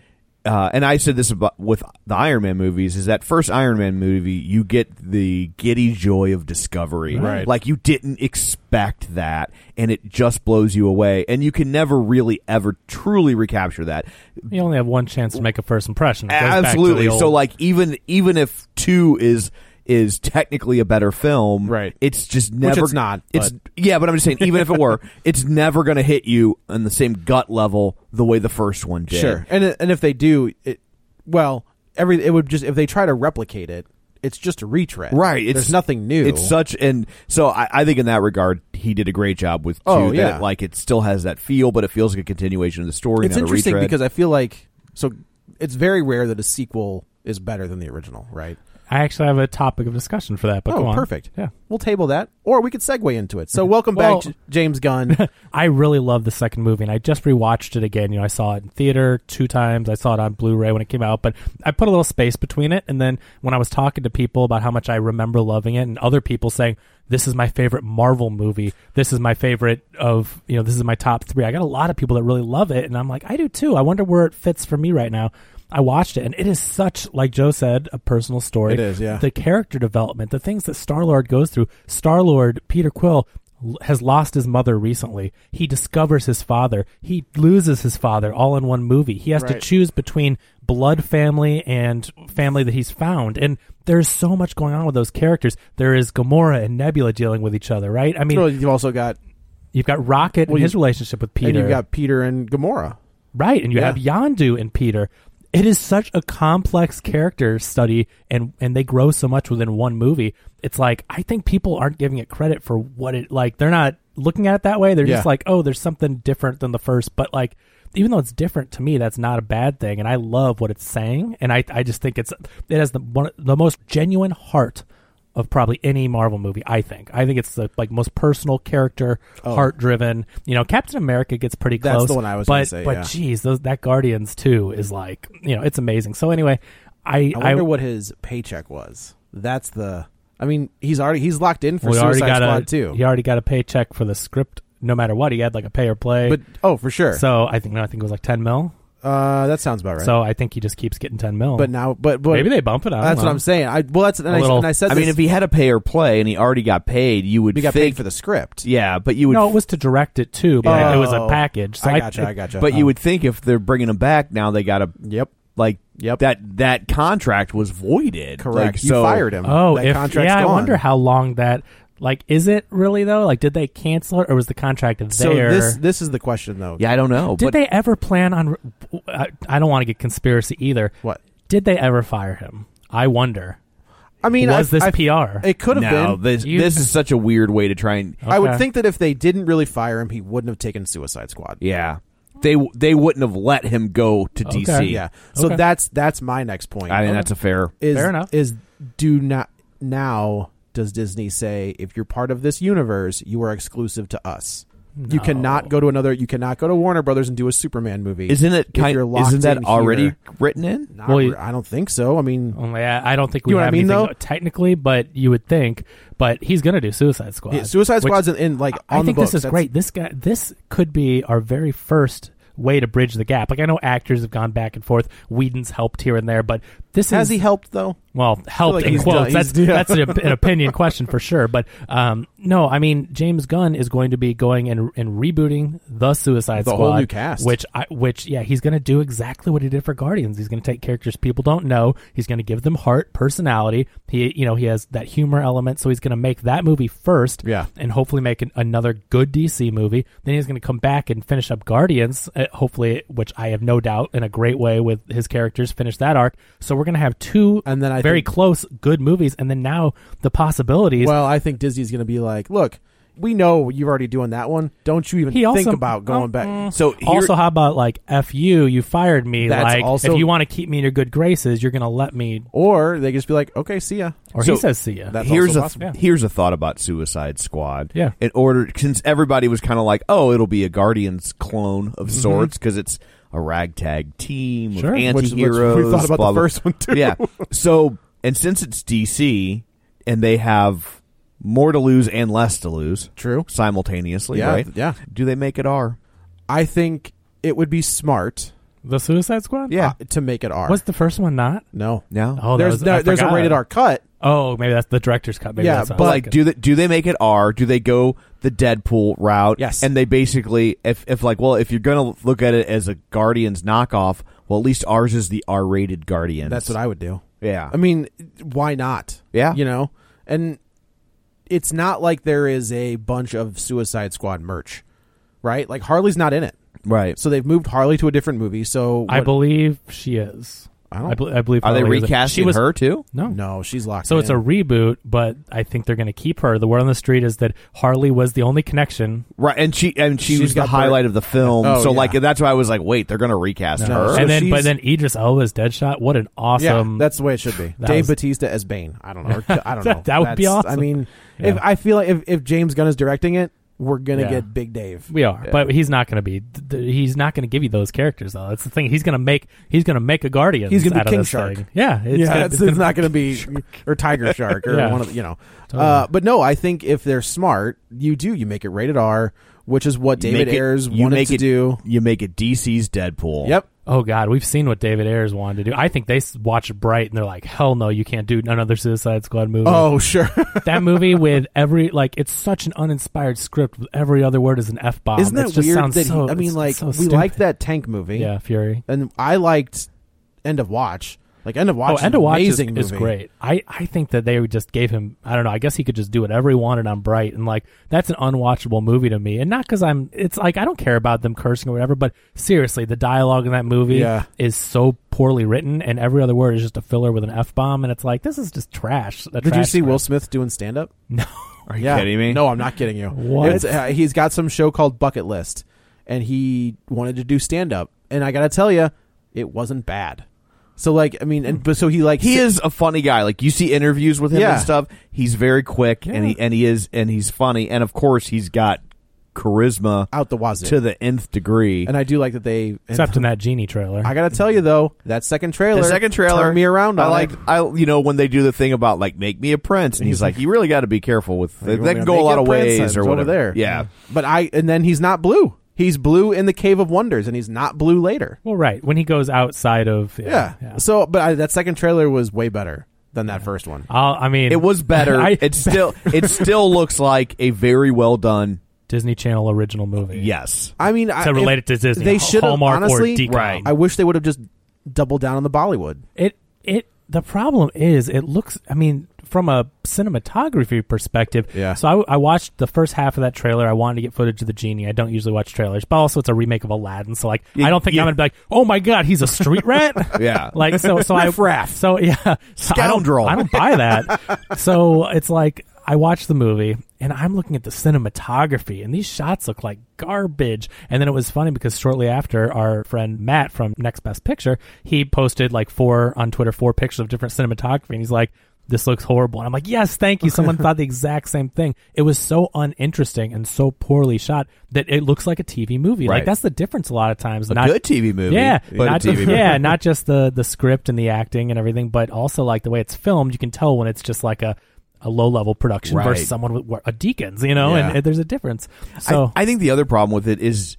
Speaker 5: uh, and I said this about with the Iron Man movies is that first Iron Man movie you get the giddy joy of discovery,
Speaker 7: Right.
Speaker 5: Like you didn't expect that, and it just blows you away, and you can never really ever truly recapture that.
Speaker 6: You only have one chance to make a first impression. It goes back to the
Speaker 5: Absolutely.
Speaker 6: old-
Speaker 5: So like even even if two is is technically a better film,
Speaker 7: Right.
Speaker 5: It's just never
Speaker 7: it's not,
Speaker 5: It's yeah, but I'm just saying even if it were, it's never going to hit you on the same gut level the way the first one did.
Speaker 7: Sure. And and if they do, it well, every it would just if they try to replicate it, it's just a retread.
Speaker 5: Right. It's
Speaker 7: There's nothing new.
Speaker 5: It's such and so I, I think in that regard he did a great job with two.
Speaker 7: Oh,
Speaker 5: that
Speaker 7: yeah.
Speaker 5: it, like it still has that feel, but it feels like a continuation of the story.
Speaker 7: It's
Speaker 5: not a
Speaker 7: interesting
Speaker 5: retread.
Speaker 7: because I feel like so it's very rare that a sequel is better than the original, right?
Speaker 6: I actually have a topic of discussion for that. But go
Speaker 7: oh,
Speaker 6: on.
Speaker 7: perfect.
Speaker 6: Yeah.
Speaker 7: We'll table that or we could segue into it. So welcome
Speaker 6: Well-
Speaker 7: back J- James Gunn.
Speaker 6: I really love the second movie, and I just rewatched it again. You know, I saw it in theater two times. I saw it on Blu-ray when it came out, but I put a little space between it. And then when I was talking to people about how much I remember loving it, and other people saying this is my favorite Marvel movie, this is my favorite of you know, this is my top three. I got a lot of people that really love it, and I'm like, I do too. I wonder where it fits for me right now. I watched it, and it is such, like Joe said, a personal story.
Speaker 7: It is, yeah.
Speaker 6: The character development, the things that Star Lord goes through. Star Lord, Peter Quill, l- has lost his mother recently. He discovers his father. He loses his father all in one movie. He has to choose between blood family and family that he's found. And there's so much going on with those characters. There is Gamora and Nebula dealing with each other, right? I mean,
Speaker 7: Well, you've also got
Speaker 6: you've got Rocket
Speaker 7: well,
Speaker 6: and his
Speaker 7: you-
Speaker 6: relationship with Peter.
Speaker 7: and you've got Peter and Gamora.
Speaker 6: Right, and you
Speaker 7: Yeah.
Speaker 6: have Yandu and Peter. It is such a complex character study, and and they grow so much within one movie. It's like I think people aren't giving it credit for what it like. They're not looking at it that way. They're just
Speaker 7: Yeah.
Speaker 6: like, oh, there's something different than the first. But like, even though it's different to me, that's not a bad thing. And I love what it's saying, and I I just think it's it has the one the most genuine heart of probably any Marvel movie. I think I think it's the like most personal character, heart driven. You know, Captain America gets pretty
Speaker 7: Oh. That's
Speaker 6: close.
Speaker 7: the one I was
Speaker 6: but
Speaker 7: gonna say,
Speaker 6: but
Speaker 7: yeah.
Speaker 6: geez, those, that Guardians too is like you know it's amazing. So anyway, I
Speaker 7: Mm-hmm. I wonder what his paycheck was. That's the. I mean, he's already he's locked in for
Speaker 6: we
Speaker 7: Suicide
Speaker 6: already got
Speaker 7: Squad
Speaker 6: a
Speaker 7: too.
Speaker 6: he already got a paycheck for the script. No matter what, he had like a pay or play.
Speaker 7: but oh, for sure.
Speaker 6: so I think no, I think it was like ten mil.
Speaker 7: uh, that sounds about right.
Speaker 6: So I think he just keeps getting ten mil.
Speaker 7: but now, but, but
Speaker 6: maybe they bump it. I don't
Speaker 7: That's
Speaker 6: know.
Speaker 7: what I'm saying. I well, that's and, I,
Speaker 6: little-
Speaker 7: and I said.
Speaker 5: I mean,
Speaker 7: this-
Speaker 5: if he had a pay or play and he already got paid, you would
Speaker 7: he got
Speaker 5: think,
Speaker 7: paid for the script,
Speaker 5: yeah, but you would
Speaker 6: No, it was to direct it too, but
Speaker 7: Yeah.
Speaker 6: it was a
Speaker 7: Oh.
Speaker 6: package. So
Speaker 7: I gotcha. I, gotcha.
Speaker 5: but
Speaker 7: Oh.
Speaker 5: you would think if they're bringing him back now, they got to
Speaker 7: Yep.
Speaker 5: like
Speaker 7: Yep.
Speaker 5: that that contract was voided.
Speaker 7: Correct.
Speaker 5: Like,
Speaker 7: you
Speaker 5: so-
Speaker 7: fired him.
Speaker 6: Oh,
Speaker 7: that
Speaker 6: if,
Speaker 7: contract's
Speaker 6: yeah,
Speaker 7: gone.
Speaker 6: I wonder how long that. Like, is it really though? Like, did they cancel it, or was the contract there?
Speaker 7: So this this is the question though.
Speaker 5: Yeah, I don't know.
Speaker 6: Did
Speaker 5: but
Speaker 6: they ever plan on? I, I don't want to get conspiracy either.
Speaker 7: What?
Speaker 6: Did they ever fire him? I wonder.
Speaker 7: I mean,
Speaker 6: was
Speaker 7: I,
Speaker 6: this
Speaker 7: I,
Speaker 6: PR?
Speaker 7: It could have
Speaker 5: no,
Speaker 7: been.
Speaker 5: this
Speaker 6: You-
Speaker 5: this is such a weird way to try and
Speaker 7: I would
Speaker 6: Okay.
Speaker 7: think that if they didn't really fire him, he wouldn't have taken Suicide Squad.
Speaker 5: yeah. They they wouldn't have let him go to
Speaker 6: Okay.
Speaker 5: DC.
Speaker 7: Yeah. So
Speaker 6: Okay.
Speaker 7: that's that's my next point.
Speaker 5: I think that's a fair.
Speaker 7: is
Speaker 6: Fair enough.
Speaker 7: is do not now does Disney say if you're part of this universe, you are exclusive to us. You cannot go to another. You cannot go to Warner Brothers and do a Superman movie.
Speaker 5: Isn't it
Speaker 7: If
Speaker 5: kind?
Speaker 7: you're locked
Speaker 5: Isn't that
Speaker 7: in
Speaker 5: already
Speaker 7: here-
Speaker 5: written in?
Speaker 7: Not
Speaker 6: Well, Oh,
Speaker 7: re-
Speaker 6: you-
Speaker 7: I don't think so. I mean,
Speaker 6: Only I, I don't think we
Speaker 7: You know what I
Speaker 6: have
Speaker 7: mean,
Speaker 6: anything
Speaker 7: though?
Speaker 6: technically, but you would think. But he's gonna do Suicide Squad.
Speaker 7: yeah, Suicide
Speaker 6: which-
Speaker 7: Squad's in, in like
Speaker 6: I
Speaker 7: on the
Speaker 6: think
Speaker 7: books.
Speaker 6: this is
Speaker 7: That's-
Speaker 6: great. This guy, this could be our very first way to bridge the gap. Like I know actors have gone back and forth. Whedon's helped here and there, but this
Speaker 7: Has
Speaker 6: is
Speaker 7: he helped though?
Speaker 6: Well, helped
Speaker 7: like
Speaker 6: in
Speaker 7: he's
Speaker 6: quotes.
Speaker 7: done- he's-
Speaker 6: That's that's an, an opinion question for sure. But um, no, I mean James Gunn is going to be going and and rebooting the Suicide
Speaker 7: The
Speaker 6: Squad,
Speaker 7: whole new cast.
Speaker 6: which I, which yeah, he's going to do exactly what he did for Guardians. He's going to take characters people don't know. He's going to give them heart, personality. He you know he has that humor element, so he's going to make that movie first,
Speaker 7: Yeah.
Speaker 6: and hopefully make an, another good DC movie. Then he's going to come back and finish up Guardians, uh, hopefully, which I have no doubt in a great way with his characters finish that arc. So we're going to have two
Speaker 7: And then I
Speaker 6: very
Speaker 7: think-
Speaker 6: close good movies, and then now the possibilities.
Speaker 7: Well, I think Disney's going to be like, look, we know you're already doing that one. Don't you even
Speaker 6: He also- oh, uh, mm.
Speaker 7: think about going back?
Speaker 5: So here,
Speaker 6: also, how about like "f you"? You fired me.
Speaker 7: That's
Speaker 6: like,
Speaker 7: also-
Speaker 6: if you want to keep me in your good graces, you're going to let me.
Speaker 7: Or they just be like, okay, see ya.
Speaker 6: Or
Speaker 5: So,
Speaker 6: he says, "See ya."
Speaker 7: that- that's
Speaker 5: here's
Speaker 7: also
Speaker 5: a
Speaker 7: possible.
Speaker 6: Yeah.
Speaker 5: here's a thought about Suicide Squad.
Speaker 6: Yeah.
Speaker 5: In order, since everybody was kind of like, oh, it'll be a Guardians clone of sorts because it's a ragtag team of
Speaker 6: Sure. Which-
Speaker 7: Mm-hmm. which
Speaker 5: anti-heroes.
Speaker 7: we thought about
Speaker 5: blah,
Speaker 7: the
Speaker 5: blah.
Speaker 7: first one, too.
Speaker 5: Yeah. So, and since it's DC and they have more to lose and less to lose,
Speaker 7: True.
Speaker 5: simultaneously,
Speaker 7: Yeah,
Speaker 5: right?
Speaker 7: yeah.
Speaker 5: Do they make it R?
Speaker 7: I think it would be smart
Speaker 6: The Suicide Squad?
Speaker 7: Yeah,
Speaker 5: Uh,
Speaker 7: to make it R.
Speaker 6: Was the first one not?
Speaker 7: no,
Speaker 5: No.
Speaker 6: Oh, that
Speaker 7: there's
Speaker 6: was-
Speaker 7: no,
Speaker 6: I
Speaker 7: there's a
Speaker 6: forgot.
Speaker 7: rated R cut.
Speaker 6: Oh, maybe that's the director's cut. Maybe
Speaker 7: Yeah,
Speaker 6: that's what I
Speaker 5: But
Speaker 6: was
Speaker 5: like,
Speaker 6: thinking.
Speaker 5: do they do they make it R? Do they go the Deadpool route?
Speaker 7: Yes.
Speaker 5: And they basically, if if like, well, if you're gonna look at it as a Guardians knockoff, well, at least ours is the R-rated Guardians.
Speaker 7: That's what I would do.
Speaker 5: Yeah.
Speaker 7: I mean, why not?
Speaker 5: Yeah.
Speaker 7: You know? And it's not like there is a bunch of Suicide Squad merch, right? Like Harley's not in it.
Speaker 5: right.
Speaker 7: So they've moved Harley to a different movie. So
Speaker 6: I
Speaker 7: what-
Speaker 6: believe she is.
Speaker 7: I don't-
Speaker 6: I, bel- I believe.
Speaker 5: Are they
Speaker 6: Harley is-
Speaker 5: recasting
Speaker 6: she was,
Speaker 5: her too?
Speaker 6: No.
Speaker 7: No, she's locked
Speaker 6: So it's a
Speaker 7: in.
Speaker 6: reboot, but I think they're going to keep her. The word on the street is that Harley was the only connection,
Speaker 5: Right, and she and she
Speaker 7: She's
Speaker 5: was the
Speaker 7: got
Speaker 5: highlight
Speaker 7: Bert-
Speaker 5: of the film.
Speaker 7: Oh,
Speaker 5: so
Speaker 7: yeah.
Speaker 5: like that's why I was like, wait, they're gonna recast her.
Speaker 7: So
Speaker 6: and then
Speaker 7: she's-
Speaker 6: but then Idris Elba's Deadshot. What an awesome!
Speaker 7: Yeah, that's the way it should be.
Speaker 6: That
Speaker 7: Dave
Speaker 6: was-
Speaker 7: Batista as Bane. I don't know. Or, I don't know.
Speaker 6: That would be
Speaker 7: That's- I
Speaker 6: awesome.
Speaker 7: mean,
Speaker 6: Yeah.
Speaker 7: if I feel like if, if James Gunn is directing it, we're gonna
Speaker 6: Yeah.
Speaker 7: get Big Dave.
Speaker 6: we are, but he's not going to be. th- th- He's not going to give you those characters though. That's the thing. He's going to make. He's going to make a Guardian.
Speaker 7: He's gonna be
Speaker 6: out
Speaker 7: King
Speaker 6: of this
Speaker 7: Shark.
Speaker 6: Thing. Yeah, it's
Speaker 7: yeah,
Speaker 6: gonna-
Speaker 7: it's,
Speaker 6: it's gonna-
Speaker 7: it's not going to be or Tiger Shark or
Speaker 6: Yeah.
Speaker 7: one of the- you know.
Speaker 6: Totally.
Speaker 7: Uh, but no, I think if they're smart, you do you make it rated R, which is what
Speaker 5: You
Speaker 7: David
Speaker 5: make it-
Speaker 7: Ayers
Speaker 5: you
Speaker 7: wanted
Speaker 5: make
Speaker 7: to
Speaker 5: it-
Speaker 7: do.
Speaker 5: You make it DC's Deadpool.
Speaker 7: Yep.
Speaker 6: Oh God, we've seen what David Ayers wanted to do. I think they s- watched Bright and they're like, "Hell no, you can't do another Suicide Squad movie."
Speaker 7: Oh sure.
Speaker 6: that movie with every like, it's such an uninspired script. With every other word is an f bomb.
Speaker 7: Isn't that
Speaker 6: just
Speaker 7: weird?
Speaker 6: Sounds
Speaker 7: That he-
Speaker 6: so,
Speaker 7: I mean,
Speaker 6: it's
Speaker 7: like
Speaker 6: so
Speaker 7: we
Speaker 6: stupid.
Speaker 7: liked that tank movie.
Speaker 6: Yeah, Fury.
Speaker 7: And I liked End of Watch. Like End of Watch.
Speaker 6: Oh,
Speaker 7: is
Speaker 6: End of
Speaker 7: an
Speaker 6: Watch is,
Speaker 7: amazing
Speaker 6: is
Speaker 7: movie.
Speaker 6: great. I, I think that they just gave him. I don't know. I guess he could just do whatever he wanted on Bright, and like that's an unwatchable movie to me. And not because I'm. It's like I don't care about them cursing or whatever. But seriously, the dialogue in that movie
Speaker 7: Yeah.
Speaker 6: is so poorly written, and every other word is just a filler with an f bomb, and it's like this is just trash. a
Speaker 7: Did you
Speaker 6: trash
Speaker 7: see Will
Speaker 6: script.
Speaker 7: Smith doing stand up?
Speaker 6: No.
Speaker 5: Are you kidding me?
Speaker 7: No, I'm not kidding you.
Speaker 6: What?
Speaker 7: It's- uh, he's got some show called Bucket List, and he wanted to do stand up. And I gotta tell you, it wasn't bad. So like, I mean, and but so he like
Speaker 5: He
Speaker 7: si-
Speaker 5: is a funny guy. Like you see interviews with him
Speaker 7: Yeah.
Speaker 5: and stuff. He's very quick and he and he is and he's funny and of course he's got charisma
Speaker 7: out the wazoo.
Speaker 5: to the nth degree.
Speaker 7: and I do like that they. and
Speaker 6: Except in that Genie trailer.
Speaker 7: I gotta tell you though, that second trailer,
Speaker 5: the second trailer
Speaker 7: turned me around.
Speaker 5: I
Speaker 7: on
Speaker 5: like
Speaker 7: it.
Speaker 5: I you know when they do the thing about like make me a prince and he's like you really got to be careful with
Speaker 7: Like, you
Speaker 5: that
Speaker 7: want
Speaker 5: can
Speaker 7: me to
Speaker 5: go a
Speaker 7: make
Speaker 5: lot
Speaker 7: it
Speaker 5: of
Speaker 7: Prince?
Speaker 5: ways
Speaker 7: It's
Speaker 5: or
Speaker 7: over
Speaker 5: whatever.
Speaker 7: there.
Speaker 5: Yeah.
Speaker 7: But I and then he's not blue. He's blue in the Cave of Wonders, and he's not blue later.
Speaker 6: well, right when he goes outside of
Speaker 7: Yeah. So, but I, that second trailer was way better than that first one.
Speaker 6: I'll, I mean,
Speaker 5: It was better.
Speaker 6: I-
Speaker 5: it still it still looks like a very well done
Speaker 6: Disney Channel original movie.
Speaker 5: yes.
Speaker 7: I mean, I,
Speaker 6: To relate
Speaker 7: if-
Speaker 6: it to Disney,
Speaker 7: They
Speaker 6: H-
Speaker 7: should have
Speaker 6: Hallmark or
Speaker 7: honestly.
Speaker 6: Decathlon. Right.
Speaker 7: I wish they would have just doubled down on the Bollywood.
Speaker 6: It it the problem is it looks I mean from a cinematography perspective.
Speaker 7: Yeah.
Speaker 6: So I, I watched the first half of that trailer. I wanted to get footage of the genie. I don't usually watch trailers, but also it's a remake of Aladdin. So like I don't think
Speaker 5: yeah.
Speaker 6: I'm gonna be like, oh my god, he's a street rat.
Speaker 5: Yeah.
Speaker 6: Like so so I
Speaker 5: Riff-raff.
Speaker 6: So yeah, so
Speaker 5: Scoundrel.
Speaker 6: I don't, I don't buy that. so it's like I watched the movie and I'm looking at the cinematography and these shots look like garbage. And then it was funny because shortly after our friend Matt from Next Best Picture, he posted like four on Twitter, four pictures of different cinematography and he's like this looks horrible. And I'm like, yes, thank you. Someone thought the exact same thing. It was so uninteresting and so poorly shot that it looks like a TV movie.
Speaker 5: Right.
Speaker 6: Like that's the difference a lot of times.
Speaker 5: A
Speaker 6: not
Speaker 5: good TV movie.
Speaker 6: yeah,
Speaker 5: but
Speaker 6: not
Speaker 5: a TV movie.
Speaker 6: yeah, not just the the script and the acting and everything, but also like the way it's filmed. You can tell when it's just like a, a low level production
Speaker 5: Right.
Speaker 6: versus someone with wa- a deacons, you know,
Speaker 5: Yeah.
Speaker 6: and, and there's a difference.
Speaker 5: I-
Speaker 6: So
Speaker 5: I, think the other problem with it is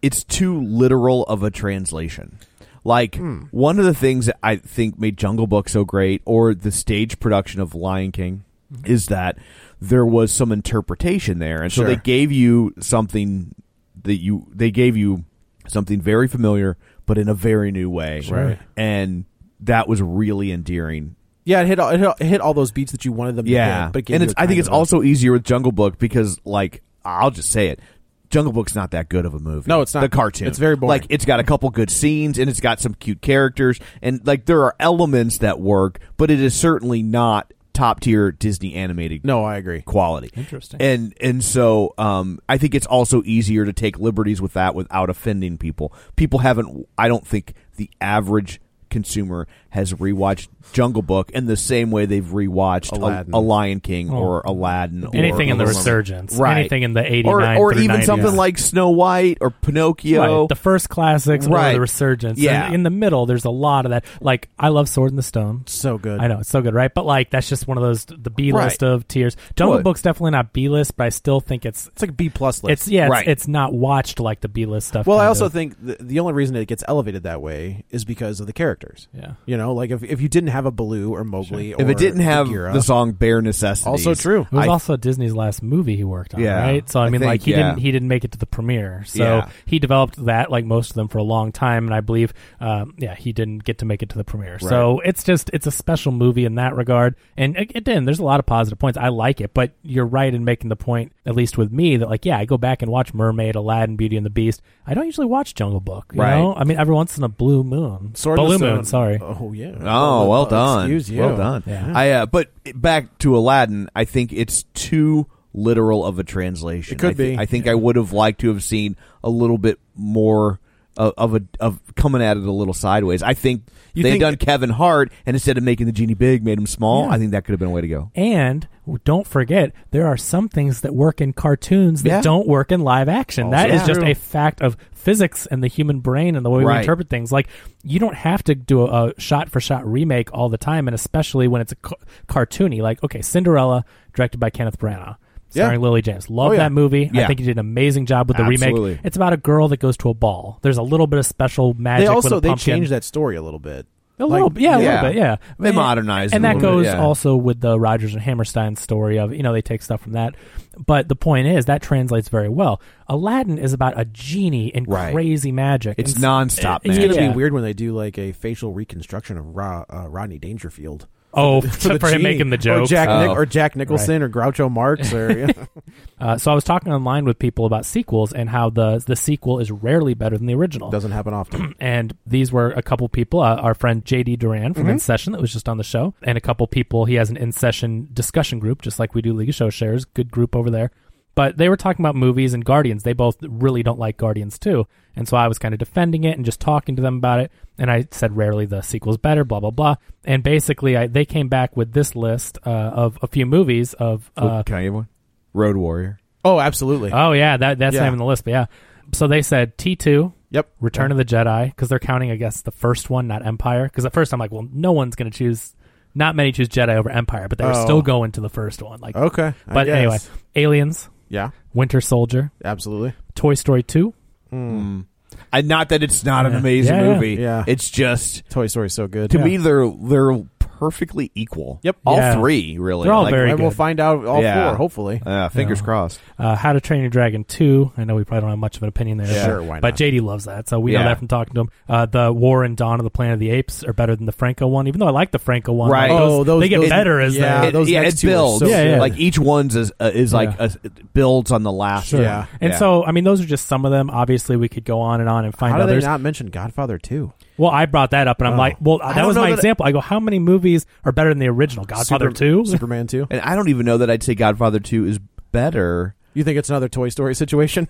Speaker 5: it's too literal of a translation. Like
Speaker 6: Hmm.
Speaker 5: one of the things that I think made Jungle Book so great, or the stage production of Lion King,
Speaker 6: Mm-hmm.
Speaker 5: is that there was some interpretation there, and so they gave you something that you they gave you something very familiar, but in a very new way,
Speaker 6: Right.
Speaker 5: and that was really endearing
Speaker 7: Yeah, it hit all, it hit, it hit all those beats that you wanted them. to
Speaker 5: yeah,
Speaker 7: hit, but it gave
Speaker 5: and
Speaker 7: you
Speaker 5: it's
Speaker 7: a
Speaker 5: I think
Speaker 7: kind
Speaker 5: it's
Speaker 7: of a-
Speaker 5: also easier with Jungle Book because like I'll just say it. Jungle Book's not that good of a movie.
Speaker 7: No, it's not.
Speaker 5: The cartoon.
Speaker 7: It's very boring.
Speaker 5: Like it's got a couple good scenes and it's got some cute characters and like there are elements that work, but it is certainly not top tier Disney animated
Speaker 7: no. I agree.
Speaker 5: quality. Interesting. And and so um, I think it's also easier to take liberties with that without offending people. People haven't. I don't think the average consumer has rewatched Jungle Book in the same way they've rewatched
Speaker 7: Aladdin. Oh.
Speaker 5: A, a Lion King or Aladdin,
Speaker 6: Anything
Speaker 5: or,
Speaker 6: in the
Speaker 5: or-
Speaker 6: resurgence.
Speaker 5: right?
Speaker 6: Anything in the 89
Speaker 5: or, or
Speaker 6: through
Speaker 5: even
Speaker 6: 90s.
Speaker 5: something like Snow White or Pinocchio.
Speaker 6: Right, the first classics or
Speaker 5: Right.
Speaker 6: the resurgence.
Speaker 5: Yeah.
Speaker 6: And in the middle, there's a lot of that. Like, I love Sword in the Stone.
Speaker 7: So good.
Speaker 6: I know it's so good, right? But like, that's just one of those the B list
Speaker 5: Right.
Speaker 6: of tiers. Jungle
Speaker 5: Well-
Speaker 6: Book's definitely not B list, but I still think it's
Speaker 7: It's like a B plus list.
Speaker 6: it's yeah, it's,
Speaker 5: Right.
Speaker 6: it's not watched like the B list stuff.
Speaker 7: well, I
Speaker 6: kind
Speaker 7: also
Speaker 6: of.
Speaker 7: think the, the only reason it gets elevated that way is because of the characters.
Speaker 6: Yeah.
Speaker 7: You know, like if, if you didn't have a Baloo or Mowgli or
Speaker 5: if it didn't have
Speaker 7: Bagheera,
Speaker 5: the song "Bare Necessities,"
Speaker 7: Also true.
Speaker 6: it was
Speaker 5: I-
Speaker 6: also Disney's last movie he worked on,
Speaker 5: Yeah,
Speaker 6: right? So
Speaker 5: I
Speaker 6: I mean,
Speaker 5: think,
Speaker 6: like he
Speaker 5: yeah.
Speaker 6: didn't he didn't make it to the premiere, so
Speaker 5: Yeah.
Speaker 6: he developed that like most of them for a long time, and I believe, um, yeah, he didn't get to make it to the premiere. So it's just it's a special movie in that regard, and a- again, there's a lot of positive points. I like it, but you're right in making the point, at least with me, that like yeah, I go back and watch Mermaid, Aladdin, Beauty and the Beast. I don't usually watch Jungle Book, you
Speaker 5: Right.
Speaker 6: know? I mean, every once in a blue moon,
Speaker 7: Sword in the
Speaker 6: blue
Speaker 7: Stone.
Speaker 6: moon, sorry.
Speaker 7: Oh yeah.
Speaker 5: Oh, well done.
Speaker 7: Excuse you.
Speaker 5: Well done.
Speaker 6: Yeah.
Speaker 5: I uh, but back to Aladdin, I think it's too literal of a translation.
Speaker 7: It could
Speaker 5: I thi-
Speaker 7: be.
Speaker 5: I think I would have liked to have seen a little bit more of, of a of coming at it a little sideways. I think
Speaker 7: You
Speaker 5: they
Speaker 7: think-
Speaker 5: done Kevin Hart and instead of making the genie big, made him small. I think that could have been a way to go.
Speaker 6: And don't forget, there are some things that work in cartoons that
Speaker 5: Yeah.
Speaker 6: don't work in live action. That is just a fact of physics and the human brain and the way we
Speaker 5: Right.
Speaker 6: interpret things. Like, you don't have to do a shot for shot remake all the time, and especially when it's a ca- cartoony. Like, okay, Cinderella, directed by Kenneth Branagh. Starring Lily James. Love
Speaker 7: Oh, yeah.
Speaker 6: that movie. I
Speaker 5: Yeah.
Speaker 6: think he did an amazing job with the
Speaker 5: Absolutely.
Speaker 6: remake. It's about a girl that goes to a ball. There's a little bit of special magic.
Speaker 7: They also
Speaker 6: with a
Speaker 7: they
Speaker 6: pumpkin.
Speaker 7: changed that story a little bit.
Speaker 6: A little,
Speaker 7: Like,
Speaker 6: yeah, a
Speaker 5: yeah.
Speaker 6: little bit, yeah.
Speaker 5: They modernized
Speaker 6: and
Speaker 5: it a
Speaker 6: that
Speaker 5: little
Speaker 6: goes
Speaker 5: bit, yeah.
Speaker 6: also with the Rogers and Hammerstein story of you know they take stuff from that. But the point is that translates very well. Aladdin is about a genie and
Speaker 5: Right.
Speaker 6: crazy magic.
Speaker 5: It's
Speaker 6: And-
Speaker 5: nonstop, man.
Speaker 6: It's
Speaker 7: It's gonna
Speaker 6: Yeah.
Speaker 7: be weird when they do like a facial reconstruction of Ra- uh, Rodney Dangerfield.
Speaker 6: Oh,
Speaker 7: For the
Speaker 6: for, him
Speaker 7: G.
Speaker 6: making the
Speaker 7: Or
Speaker 6: joke.
Speaker 7: Jack, Nic-
Speaker 5: Oh.
Speaker 7: or Jack Nicholson or Groucho Marx or
Speaker 6: Uh, so I was talking online with people about sequels and how the the sequel is rarely better than the original.
Speaker 7: doesn't happen often.
Speaker 6: and these were a couple people uh, our friend jd duran from in session that was just on the show and a couple people he has an in session discussion group just like we do league of show shares good group over there but they were talking about movies and guardians they both really don't like guardians too and so i was kind of defending it and just talking to them about it and i said rarely the sequel's better blah blah blah and basically I, they came back with this list uh, of a few movies of uh,
Speaker 5: Oh, Can I give one? Road Warrior.
Speaker 7: Oh, absolutely.
Speaker 6: oh yeah that, that's
Speaker 7: Yeah.
Speaker 6: not even the list but yeah so they said t2
Speaker 7: yep.
Speaker 6: Return of the Jedi because they're counting, I guess, the first one, not Empire. Because at first I'm like, well, no one's going to choose, not many choose Jedi over Empire, but they were
Speaker 7: Oh.
Speaker 6: still going to the first one. Like,
Speaker 7: Okay. I
Speaker 6: but
Speaker 7: guess.
Speaker 6: anyway, Aliens,
Speaker 7: Yeah.
Speaker 6: Winter Soldier,
Speaker 7: Absolutely.
Speaker 6: Toy Story 2.
Speaker 5: And not that it's not an
Speaker 6: Yeah.
Speaker 5: amazing
Speaker 6: Yeah, yeah.
Speaker 5: movie.
Speaker 7: Yeah.
Speaker 5: It's just
Speaker 7: Toy Story is so good.
Speaker 5: to me they're they're perfectly equal.
Speaker 7: Yep.
Speaker 5: All
Speaker 6: Yeah.
Speaker 5: three really.
Speaker 6: They're all
Speaker 5: Like,
Speaker 6: very
Speaker 7: and we'll
Speaker 6: good.
Speaker 7: find out all
Speaker 5: Yeah.
Speaker 7: four. Hopefully.
Speaker 5: uh, fingers
Speaker 6: Yeah.
Speaker 5: crossed.
Speaker 6: Uh, How to Train Your Dragon 2. I know we probably don't have much of an opinion there.
Speaker 7: Sure,
Speaker 6: but,
Speaker 7: why
Speaker 6: But
Speaker 7: not?
Speaker 6: JD loves that, so we
Speaker 5: Yeah.
Speaker 6: know that from talking to him. Uh, the War and Dawn of the Planet of the Apes are better than the Franco one, even though I like the Franco one.
Speaker 5: Right.
Speaker 6: Like,
Speaker 7: Oh, those-
Speaker 6: they get
Speaker 7: those-
Speaker 6: better as
Speaker 7: yeah.
Speaker 6: they
Speaker 7: Uh, those
Speaker 5: yeah,
Speaker 7: next
Speaker 5: it
Speaker 7: two are
Speaker 5: builds.
Speaker 7: so
Speaker 6: Yeah, good. yeah.
Speaker 5: Like each one's is, uh, is like
Speaker 6: Yeah.
Speaker 5: a, it builds on the last.
Speaker 7: Sure.
Speaker 5: one.
Speaker 7: Yeah.
Speaker 6: And
Speaker 5: Yeah.
Speaker 6: so, I mean, those are just some of them. Obviously, we could go on and on and find
Speaker 7: How do they
Speaker 6: others.
Speaker 7: not mention Godfather two?
Speaker 6: Well, I brought that up, and I'm
Speaker 7: Oh.
Speaker 6: like, well, that
Speaker 7: I don't
Speaker 6: was
Speaker 7: know
Speaker 6: my
Speaker 7: that-
Speaker 6: example. I go, how many movies are better than the original? Godfather Two.
Speaker 7: Superman two.
Speaker 5: and I don't even know that I'd say Godfather Two is better.
Speaker 7: You think it's another Toy Story situation?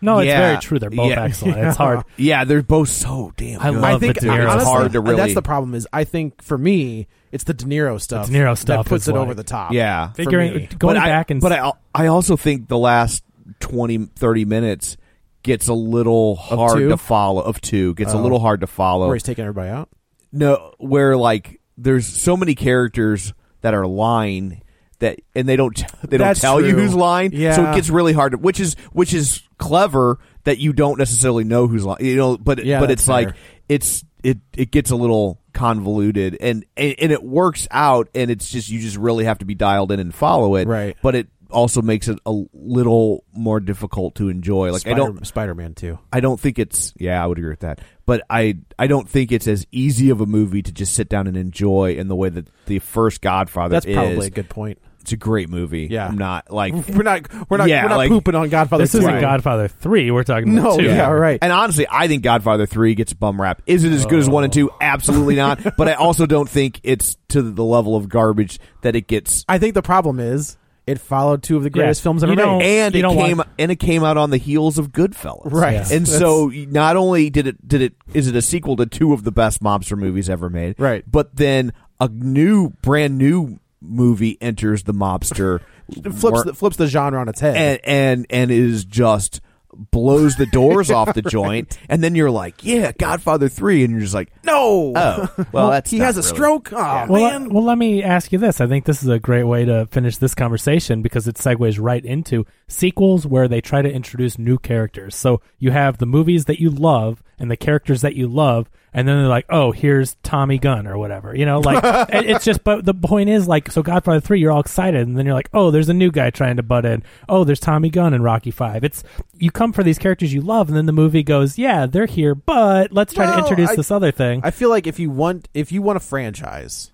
Speaker 6: No, it's
Speaker 5: Yeah.
Speaker 6: very true. They're both
Speaker 5: Yeah.
Speaker 6: excellent. It's hard.
Speaker 5: Yeah, they're both so damn.
Speaker 6: I
Speaker 5: good.
Speaker 6: love
Speaker 7: I think
Speaker 6: the De Niro.
Speaker 5: It's
Speaker 7: honestly,
Speaker 5: hard to really.
Speaker 7: That's the problem. Is I think for me, it's the De Niro stuff.
Speaker 6: De Niro stuff
Speaker 7: that puts
Speaker 6: is
Speaker 7: it
Speaker 6: like-
Speaker 7: over the top.
Speaker 5: Yeah.
Speaker 7: for
Speaker 6: Figuring
Speaker 7: me.
Speaker 6: going
Speaker 5: but
Speaker 6: back
Speaker 5: I,
Speaker 6: and
Speaker 5: but I I also think the last 20, 30 minutes gets a little hard
Speaker 7: two?
Speaker 5: to follow. Of two gets a little hard to follow.
Speaker 7: Where he's taking everybody out.
Speaker 5: no where like there's so many characters that are lying that and they don't t- they don't
Speaker 7: That's
Speaker 5: tell you
Speaker 7: true.
Speaker 5: who's lying so
Speaker 7: Yeah.
Speaker 5: it gets really hard to, which is which is clever that you don't necessarily know who's lying you know but
Speaker 7: Yeah,
Speaker 5: but
Speaker 7: that's
Speaker 5: it's like
Speaker 7: fair.
Speaker 5: it's it it gets a little convoluted and, and and it works out and it's just you just really have to be dialed in and follow it
Speaker 7: Right.
Speaker 5: but it also makes it a little more difficult to enjoy like
Speaker 7: Spider,
Speaker 5: i don't
Speaker 7: Spider-Man two.
Speaker 5: I don't think it's yeah, I would agree with that. But I I don't think it's as easy of a movie to just sit down and enjoy in the way that the first Godfather
Speaker 7: That's
Speaker 5: is.
Speaker 7: probably a good point.
Speaker 5: It's a great movie.
Speaker 7: Yeah.
Speaker 5: I'm not like
Speaker 7: We're not. We're not.
Speaker 5: Yeah,
Speaker 7: we're not
Speaker 5: like-
Speaker 7: pooping on Godfather.
Speaker 6: this
Speaker 7: two.
Speaker 6: isn't
Speaker 5: Right.
Speaker 6: Godfather Three. We're talking about
Speaker 7: No,
Speaker 6: two.
Speaker 7: yeah, right.
Speaker 5: And honestly, I think Godfather three gets a bum rap. Is it as good as one and two? Absolutely not. but I also don't think it's to the level of garbage that it gets.
Speaker 7: I think the problem is It followed two of the greatest
Speaker 6: Yeah.
Speaker 7: films ever
Speaker 6: You don't-
Speaker 7: made.
Speaker 5: and
Speaker 6: You
Speaker 5: it
Speaker 6: don't
Speaker 5: came
Speaker 6: watch-
Speaker 5: and it came out on the heels of Goodfellas,
Speaker 7: Right. Yeah.
Speaker 5: And
Speaker 7: That's-
Speaker 5: so not only did it did it is it a sequel to two of the best mobster movies ever made,
Speaker 7: Right.
Speaker 5: But then a new, brand new movie enters the mobster,
Speaker 7: It flips the, flips the genre on its head.
Speaker 5: and and and is just blows the doors off the joint, and then you're like, yeah, Godfather three, and you're just like,
Speaker 7: no,
Speaker 5: oh, well, that's
Speaker 7: he
Speaker 5: not
Speaker 7: has a
Speaker 5: really-
Speaker 7: stroke. Oh
Speaker 6: Well,
Speaker 7: man,
Speaker 6: let- well, let me ask you this. I think this is a great way to finish this conversation because it segues right into sequels where they try to introduce new characters. So you have the movies that you love and the characters that you love, and then they're like, "Oh, here's Tommy Gunn or whatever." You know, like it- it's just. But the point is, like, so Godfather Three, you're all excited, and then you're like, "Oh, there's a new guy trying to butt in. Oh, there's Tommy Gunn in Rocky Five. It's you come for these characters you love, and then the movie goes, "Yeah, they're here, but let's try
Speaker 7: Well,
Speaker 6: to introduce
Speaker 7: I-
Speaker 6: this other thing."
Speaker 7: I feel like if you want if you want a franchise,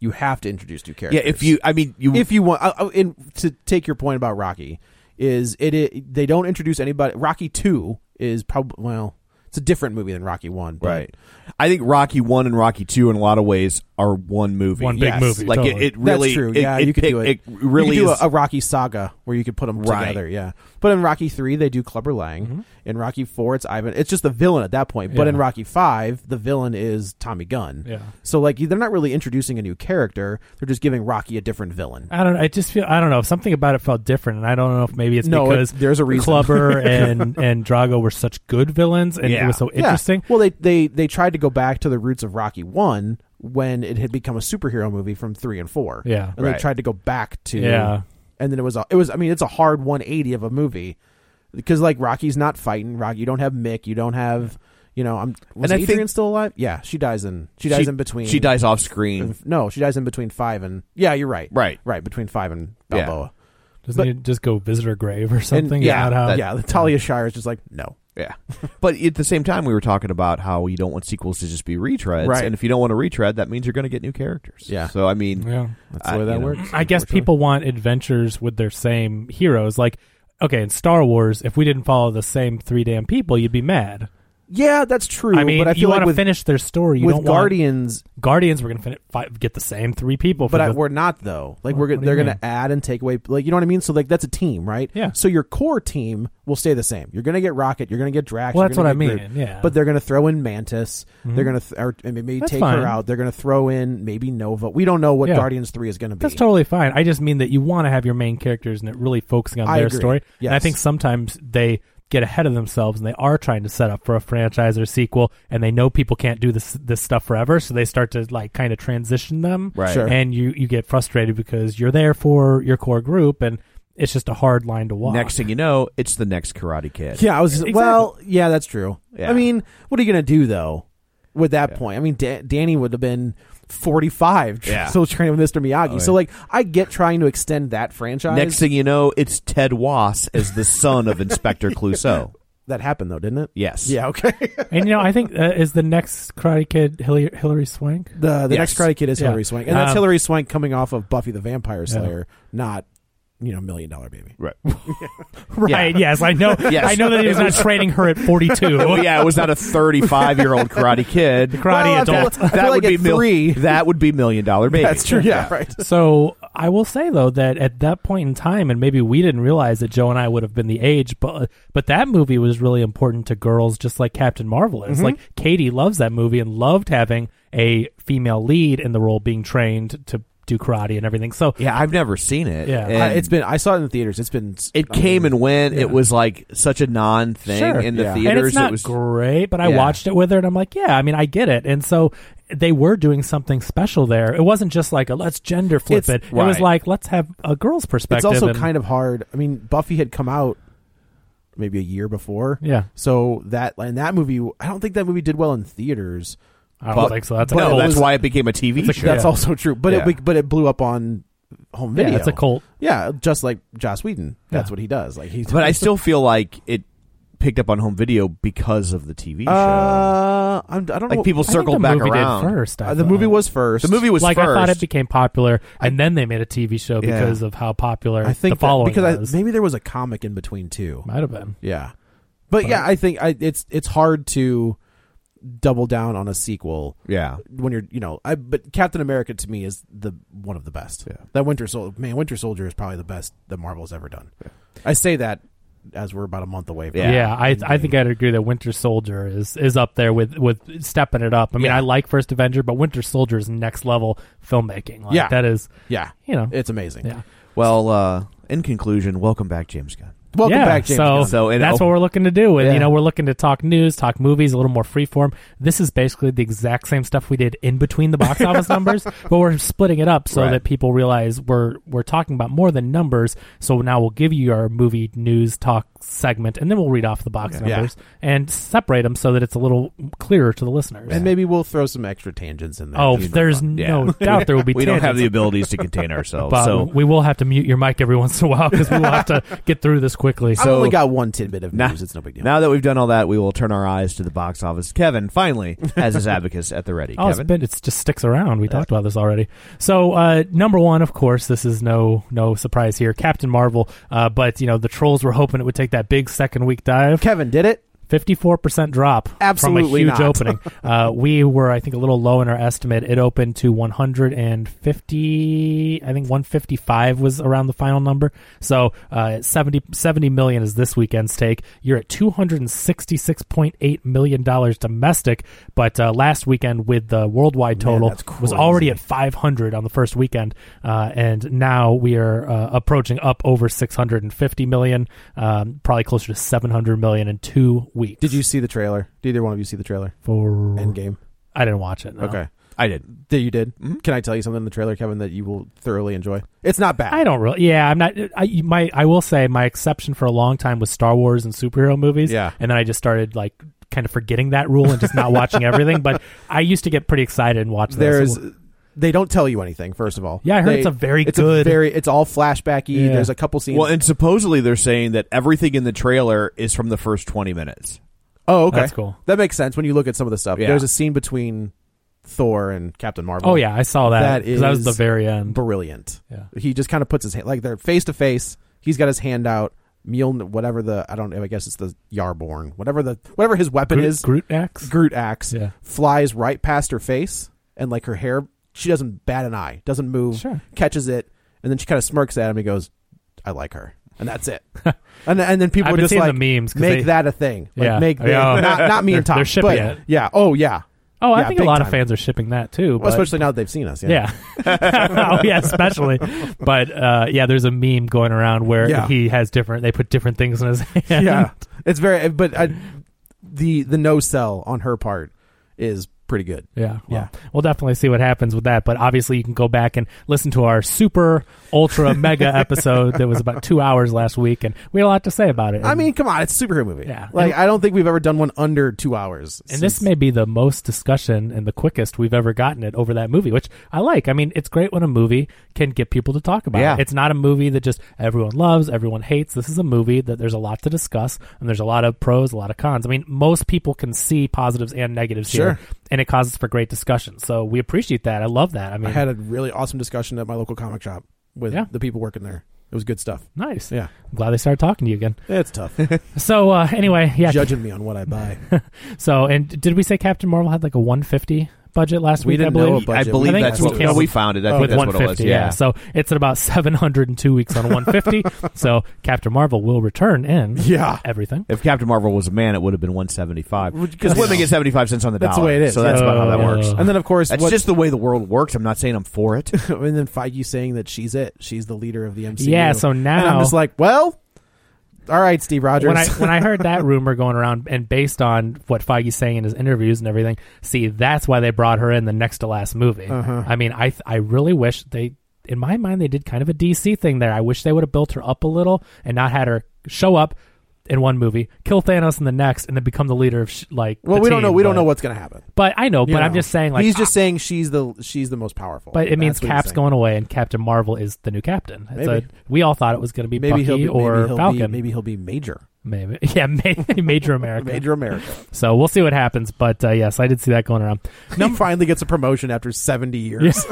Speaker 7: you have to introduce new
Speaker 5: Yeah,
Speaker 7: characters.
Speaker 5: if you, I mean, you,
Speaker 7: if you want I- I- and to take your point about Rocky is it, it they don't introduce anybody Rocky 2 is probably well it's a different movie than Rocky 1 but
Speaker 5: Right. I think Rocky One and Rocky Two in a lot of ways are one movie.
Speaker 6: One big
Speaker 7: Yes.
Speaker 6: movie,
Speaker 5: Like
Speaker 6: totally.
Speaker 5: it, it really
Speaker 7: That's true.
Speaker 5: It,
Speaker 7: yeah,
Speaker 5: it
Speaker 7: you could
Speaker 5: pick-
Speaker 7: do it.
Speaker 5: It really
Speaker 7: you could do
Speaker 5: is
Speaker 7: a, a Rocky saga where you could put them
Speaker 5: Right. Mm-hmm.
Speaker 7: together. Yeah, but in Rocky three they do Clubber Lang. In Rocky four it's Ivan. It's just the villain at that point. But in
Speaker 6: Yeah.
Speaker 7: Rocky five the villain is Tommy Gunn.
Speaker 6: Yeah.
Speaker 7: So like they're not really introducing a new character. They're just giving Rocky a different villain.
Speaker 6: I don't. know. I just feel. I don't know. Something about it felt different, and I don't know if maybe it's
Speaker 7: No, it-
Speaker 6: because
Speaker 7: there's a reason.
Speaker 6: Clubber and and Drago were such good villains, and it
Speaker 5: Yeah.
Speaker 6: was so
Speaker 7: Yeah.
Speaker 6: interesting.
Speaker 7: Well, they they they tried to go back to the roots of Rocky one when it had become a superhero movie from three and four.
Speaker 6: Yeah.
Speaker 7: and they
Speaker 5: Right.
Speaker 7: tried to go back to
Speaker 6: Yeah.
Speaker 7: and then it was a, it was I mean it's a hard 180 of a movie because like Rocky's not fighting Rocky. You don't have Mick. You don't have you know I'm was
Speaker 5: And I think-
Speaker 7: Adrian still alive? Yeah, she dies in she dies in between.
Speaker 5: She dies off screen.
Speaker 7: No, she dies in between five and yeah, you're right.
Speaker 5: Right.
Speaker 7: right between five and
Speaker 5: Yeah.
Speaker 7: Balboa.
Speaker 6: Doesn't
Speaker 7: but-
Speaker 6: he just go visit her grave or something?
Speaker 7: And
Speaker 6: Is
Speaker 7: yeah,
Speaker 6: that how-
Speaker 7: yeah. Talia Shire is just like no.
Speaker 5: Yeah, but at the same time, we were talking about how you don't want sequels to just be retreads,
Speaker 7: Right.
Speaker 5: and if you don't want to retread, that means you're going to get new characters.
Speaker 7: Yeah.
Speaker 5: So I mean,
Speaker 6: Yeah.
Speaker 7: That's the way
Speaker 5: I-
Speaker 7: that
Speaker 5: you know.
Speaker 7: works.
Speaker 6: I guess
Speaker 7: unfortunately.
Speaker 6: people want adventures with their same heroes. Like, okay, in Star Wars, if we didn't follow the same three damn people, you'd be mad.
Speaker 7: Yeah, that's true.
Speaker 6: I mean,
Speaker 7: but I
Speaker 6: you
Speaker 7: feel like
Speaker 6: to
Speaker 7: with
Speaker 6: finish their story. You
Speaker 7: with
Speaker 6: don't
Speaker 7: Guardians,
Speaker 6: want, Guardians. We're gonna fin- fight, get the same three people. For
Speaker 7: but I,
Speaker 6: the,
Speaker 7: we're not though. Like we're
Speaker 6: What-
Speaker 7: go-
Speaker 6: what do
Speaker 7: they're
Speaker 6: you
Speaker 7: going
Speaker 6: mean?
Speaker 7: to add and take away. Like you know what I mean. So like that's a team, right?
Speaker 6: Yeah.
Speaker 7: So your core team will stay the same. You're going to get Rocket. You're going to get Drax.
Speaker 6: Well,
Speaker 7: you're
Speaker 6: that's
Speaker 7: gonna
Speaker 6: what
Speaker 7: get
Speaker 6: I
Speaker 7: Groot.
Speaker 6: mean, yeah. Mm-hmm.
Speaker 7: But they're going to throw in Mantis. They're going to th- or and maybe
Speaker 6: That's
Speaker 7: take
Speaker 6: fine.
Speaker 7: her out. They're going to throw in maybe Nova. We don't know what
Speaker 6: Yeah.
Speaker 7: Guardians three is going to be.
Speaker 6: That's totally fine. I just mean that you want to have your main characters and it really focusing on
Speaker 7: I
Speaker 6: their
Speaker 7: agree.
Speaker 6: story. And I
Speaker 7: Yes.
Speaker 6: think sometimes they get ahead of themselves and they are trying to set up for a franchise or sequel and they know people can't do this this stuff forever so they start to like kind of transition them
Speaker 5: Right. Sure.
Speaker 6: and you you get frustrated because you're there for your core group and it's just a hard line to walk
Speaker 5: next thing you know, it's the next Karate Kid.
Speaker 7: Yeah, I was. Well, yeah, that's true.
Speaker 5: Yeah.
Speaker 7: I mean, what are you going to do though? With that point, I mean, da- Danny would have been forty-five, tr-
Speaker 5: Yeah.
Speaker 7: still training with Mr. Miyagi.
Speaker 6: Oh,
Speaker 7: So, like, I get trying to extend that franchise.
Speaker 5: Next thing you know, it's Ted Wass as the son of Inspector Clouseau.
Speaker 7: that happened though, didn't it?
Speaker 5: Yes.
Speaker 7: Yeah. Okay.
Speaker 6: and you know I think uh, is the next Karate Kid Hillary, Hillary Swank
Speaker 7: The the
Speaker 5: Yes.
Speaker 7: next Karate Kid is
Speaker 6: Yeah.
Speaker 7: Hillary Swank, and that's
Speaker 6: Um,
Speaker 7: Hillary Swank coming off of Buffy the Vampire Slayer, not you know Million Dollar Baby.
Speaker 5: Right.
Speaker 6: right yes I know
Speaker 5: Yes.
Speaker 6: I know that he was not training her at 42
Speaker 5: Well, yeah, it was not a 35 year old Karate Kid.
Speaker 6: Karate Well, I feel- adult. I
Speaker 5: That,
Speaker 7: feel
Speaker 5: would
Speaker 7: like
Speaker 5: be
Speaker 7: at
Speaker 5: mil-
Speaker 7: three-
Speaker 5: that would be million dollar baby.
Speaker 7: right.
Speaker 6: So I will say though that at that point in time, and maybe we didn't realize that Joe and I would have been the age, but but that movie was really important to girls, just like Captain Marvel is.
Speaker 5: Mm-hmm.
Speaker 6: Like Katie loves that movie and loved having a female lead in the role, being trained to do karate and everything. So
Speaker 5: Yeah, I've never seen it.
Speaker 6: Yeah.
Speaker 5: And
Speaker 7: I, it's been I saw it in the theaters. It's been
Speaker 5: it came and went. It was like such a non thing
Speaker 6: Sure.
Speaker 5: in the
Speaker 7: Yeah. And
Speaker 5: theaters.
Speaker 6: and it's not
Speaker 5: it was
Speaker 6: great, but I
Speaker 5: Yeah.
Speaker 6: watched it with her, and I'm like, yeah, I mean, I get it. And so they were doing something special there. It wasn't just like a let's gender flip
Speaker 7: It's-
Speaker 6: it. It was
Speaker 5: right.
Speaker 6: like let's have a girl's perspective.
Speaker 7: It's also
Speaker 6: and-
Speaker 7: kind of hard. I mean, Buffy had come out maybe a year before.
Speaker 6: Yeah.
Speaker 7: So that and that movie, I don't think that movie did well in theaters.
Speaker 6: I don't
Speaker 5: but-
Speaker 6: think so. That's a
Speaker 5: no,
Speaker 6: cult.
Speaker 5: that's why it became a TV show.
Speaker 7: That's also true. But
Speaker 5: Yeah.
Speaker 7: it but it blew up on home
Speaker 6: Yeah,
Speaker 7: video.
Speaker 6: it's a cult.
Speaker 7: Yeah, just like Joss Whedon. That's
Speaker 6: Yeah.
Speaker 7: what he does. Like he's
Speaker 5: But I still feel like it picked up on home video because of the TV show.
Speaker 7: Uh, I'm, I don't know.
Speaker 5: like people
Speaker 6: I think
Speaker 5: circled
Speaker 6: the
Speaker 5: back
Speaker 6: movie did
Speaker 5: around.
Speaker 6: first. I
Speaker 7: Uh, the
Speaker 6: thought.
Speaker 7: movie was first.
Speaker 5: The movie was
Speaker 6: like
Speaker 5: first.
Speaker 6: I thought it became popular, and then they made a TV show because of how popular
Speaker 7: I think
Speaker 6: the following
Speaker 7: that, because
Speaker 6: was.
Speaker 7: I, maybe there was a comic in between too.
Speaker 6: Might have been.
Speaker 7: Yeah, but, yeah, I think I, it's it's hard to double down on a sequel.
Speaker 5: Yeah.
Speaker 7: When you're, you know, I but Captain America to me is the one of the best.
Speaker 5: Yeah.
Speaker 7: That Winter Soldier, man, Winter Soldier is probably the best that Marvel's ever done. I say that as we're about a month away from
Speaker 5: Yeah.
Speaker 6: Yeah, I I think I'd agree that Winter Soldier is is up there with with stepping it up. I mean,
Speaker 7: Yeah.
Speaker 6: I like First Avenger, but Winter Soldier is next level filmmaking. Like,
Speaker 7: Yeah.
Speaker 6: that is
Speaker 7: Yeah.
Speaker 6: you know
Speaker 7: It's amazing.
Speaker 6: yeah.
Speaker 5: Well, uh, in conclusion, welcome back, James Gunn.
Speaker 7: Welcome
Speaker 6: yeah,
Speaker 7: back, James.
Speaker 6: So,
Speaker 7: Gunn.
Speaker 5: So, and
Speaker 6: that's
Speaker 5: oh-
Speaker 6: what we're looking to do. And,
Speaker 5: Yeah.
Speaker 6: you know, we're looking to talk news, talk movies, a little more freeform. This is basically the exact same stuff we did in between the box office numbers, but we're splitting it up so
Speaker 5: Right.
Speaker 6: that people realize we're we're talking about more than numbers. So now we'll give you our movie news talk segment, and then we'll read off the box
Speaker 7: Yeah.
Speaker 6: numbers and separate them so that it's a little clearer to the listeners.
Speaker 7: and maybe we'll throw some extra tangents in there.
Speaker 6: oh,
Speaker 7: just for
Speaker 6: there's
Speaker 7: fun.
Speaker 5: Yeah.
Speaker 6: no doubt there will be.
Speaker 5: we don't have
Speaker 6: tangents.
Speaker 5: the abilities to contain ourselves.
Speaker 6: But
Speaker 5: so
Speaker 6: we will have to mute your mic every once in a while because we will have to get through this quickly.
Speaker 7: I've only got one tidbit of news. it's no big deal.
Speaker 5: Now that we've done all that, we will turn our eyes to the box office. Kevin finally has his abacus at the ready.
Speaker 6: Oh, it's
Speaker 5: Kevin,
Speaker 6: been it's just sticks around. We talked about this already. So uh, number one, of course, this is no no surprise here. Captain Marvel, uh, but you know the trolls were hoping it would take that big second week dive.
Speaker 7: Kevin did it.
Speaker 6: Fifty four percent drop from a
Speaker 7: Absolutely
Speaker 6: huge
Speaker 7: not.
Speaker 6: opening. uh, we were I think a little low in our estimate. It opened to one hundred and fifty. I think one fifty five was around the final number. So uh, 70, 70 million is this weekend's take. You're at two hundred and sixty six point eight million dollars domestic, but uh, last weekend with the worldwide total
Speaker 7: that's
Speaker 6: was
Speaker 7: crazy.
Speaker 6: already at 500 on the first weekend, uh, and now we are uh, approaching up over 650 million, um, probably closer to 700 million in two weeks.
Speaker 7: Did you see the trailer? Did either one of you see the trailer?
Speaker 6: for
Speaker 7: Endgame.
Speaker 6: I didn't watch it. no.
Speaker 7: Okay.
Speaker 5: I did. Mm-hmm.
Speaker 7: That you did. Can I tell you something in the trailer, Kevin, that you will thoroughly enjoy? It's not bad.
Speaker 6: I don't really. Yeah, I'm not. I you- my I will say my exception for a long time was Star Wars and superhero movies.
Speaker 7: Yeah.
Speaker 6: and then I just started like kind of forgetting that rule and just not watching everything. But I used to get pretty excited and watch. those.
Speaker 7: There's. They don't tell you anything. First of all,
Speaker 6: Yeah, I heard
Speaker 7: They-
Speaker 6: it's a very
Speaker 7: it's
Speaker 6: good-
Speaker 7: very. It's all flashbacky.
Speaker 6: Yeah.
Speaker 7: There's a couple scenes.
Speaker 5: Well, and supposedly they're saying that everything in the trailer is from the first twenty minutes.
Speaker 7: oh, okay,
Speaker 6: That's cool.
Speaker 7: That makes sense when you look at some of the stuff.
Speaker 5: Yeah.
Speaker 7: There's a scene between Thor and Captain Marvel.
Speaker 6: Oh yeah, I saw that.
Speaker 7: That
Speaker 6: 'cause that was
Speaker 7: is
Speaker 6: the very end.
Speaker 7: brilliant.
Speaker 6: Yeah.
Speaker 7: He just kind of puts his hand like they're face to face. He's got his hand out. Mjolnir, whatever the I don't know. I guess it's the Yarborn, whatever the whatever his weapon
Speaker 6: Groot,
Speaker 7: is.
Speaker 6: Groot axe.
Speaker 7: Groot axe
Speaker 6: Yeah.
Speaker 7: flies right past her face, and like her hair, she doesn't bat an eye, doesn't move,
Speaker 6: Sure.
Speaker 7: catches it, and then she kind of smirks at him and goes, "I like her," and that's it. and and then people
Speaker 6: I've
Speaker 7: are
Speaker 6: been
Speaker 7: just
Speaker 6: seeing
Speaker 7: like
Speaker 6: the memes 'cause
Speaker 7: make
Speaker 6: they-
Speaker 7: that a thing, like,
Speaker 6: Yeah.
Speaker 7: make
Speaker 6: Oh,
Speaker 7: the,
Speaker 6: yeah.
Speaker 7: not, not me and
Speaker 6: They're-
Speaker 7: Tom,
Speaker 6: they're shipping
Speaker 7: but
Speaker 6: it.
Speaker 7: yeah, oh yeah,
Speaker 6: Oh, I
Speaker 7: Yeah,
Speaker 6: think a
Speaker 7: big
Speaker 6: lot of
Speaker 7: time.
Speaker 6: fans are shipping that too.
Speaker 7: Well,
Speaker 6: but-
Speaker 7: especially now that they've seen us.
Speaker 6: Yeah. oh yeah, especially. But uh, yeah, there's a meme going around where
Speaker 7: Yeah.
Speaker 6: he has different. They put different things in his hand.
Speaker 7: yeah, it's very. But I, the the no sell on her part is pretty good.
Speaker 6: Yeah, well,
Speaker 7: Yeah.
Speaker 6: We'll definitely see what happens with that. But obviously, you can go back and listen to our super ultra mega episode that was about two hours last week, and we had a lot to say about it.
Speaker 7: I
Speaker 6: And-
Speaker 7: mean, come on, it's a superhero movie.
Speaker 6: Yeah.
Speaker 7: like I don't think we've ever done one under two hours.
Speaker 6: and this may be the most discussion and the quickest we've ever gotten it over that movie, which I like. I mean, it's great when a movie can get people to talk about
Speaker 5: Yeah.
Speaker 6: it. It's not a movie that just everyone loves, everyone hates. This is a movie that there's a lot to discuss, and there's a lot of pros, a lot of cons. I mean, most people can see positives and negatives
Speaker 7: Sure.
Speaker 6: here, and it causes for great discussion. So we appreciate that. I love that. I mean,
Speaker 7: I had a really awesome discussion at my local comic shop with
Speaker 6: Yeah.
Speaker 7: the people working there. It was good stuff.
Speaker 6: nice.
Speaker 7: Yeah,
Speaker 6: I'm glad they started talking to you again.
Speaker 7: it's tough
Speaker 6: So uh, anyway, yeah.
Speaker 7: judging me on what I buy.
Speaker 6: So and did we say Captain Marvel had like a 150 budget last
Speaker 7: We
Speaker 6: week?
Speaker 7: didn't
Speaker 6: I
Speaker 7: know
Speaker 6: believe?
Speaker 7: a budget.
Speaker 5: I believe
Speaker 6: I think
Speaker 5: that's
Speaker 6: we
Speaker 5: what
Speaker 6: came
Speaker 5: no,
Speaker 6: up
Speaker 5: we found it. That's,
Speaker 6: with
Speaker 5: that's what it was.
Speaker 6: 150. yeah. so it's at about 702 weeks on 150. so Captain Marvel will return in
Speaker 7: Yeah.
Speaker 6: everything.
Speaker 5: If Captain Marvel was a man, it would have been 175 because women get 75 cents on the dollar.
Speaker 7: That's the way it is.
Speaker 5: So that's about how that
Speaker 6: Oh.
Speaker 5: works.
Speaker 7: And then of course,
Speaker 5: That's
Speaker 7: what-
Speaker 5: just the way the world works. I'm not saying I'm for it.
Speaker 7: and then Feige saying that she's it. She's the leader of the MCU.
Speaker 6: Yeah, so
Speaker 7: and I'm
Speaker 6: now-
Speaker 7: just like, well, all right, Steve Rogers.
Speaker 6: When I when I heard that rumor going around, and based on what Feige's saying in his interviews and everything, see that's why they brought her in the next to last movie.
Speaker 7: Uh-huh.
Speaker 6: I mean, I th- I really wish they, in my mind, they did kind of a DC thing there. I wish they would have built her up a little and not had her show up in one movie, kill Thanos in the next, and then become the leader of sh- like.
Speaker 7: well,
Speaker 6: the
Speaker 7: we don't
Speaker 6: team,
Speaker 7: know. We don't
Speaker 6: but-
Speaker 7: know what's going to happen.
Speaker 6: But I know. But
Speaker 7: You
Speaker 6: I'm
Speaker 7: know.
Speaker 6: just saying, like
Speaker 7: he's just saying she's the she's the most powerful.
Speaker 6: But it means
Speaker 7: That's what he's
Speaker 6: Cap's
Speaker 7: saying.
Speaker 6: going away, and Captain Marvel is the new captain. It's
Speaker 7: Maybe.
Speaker 6: a- we all thought it was going to be Bucky
Speaker 7: Maybe he'll be,
Speaker 6: or
Speaker 7: maybe he'll
Speaker 6: Falcon.
Speaker 7: Be, maybe he'll be Major.
Speaker 6: maybe, yeah, maybe Major America.
Speaker 7: Major America.
Speaker 6: So we'll see what happens. But uh, yes, I did see that going around.
Speaker 7: he finally gets a promotion after 70 years.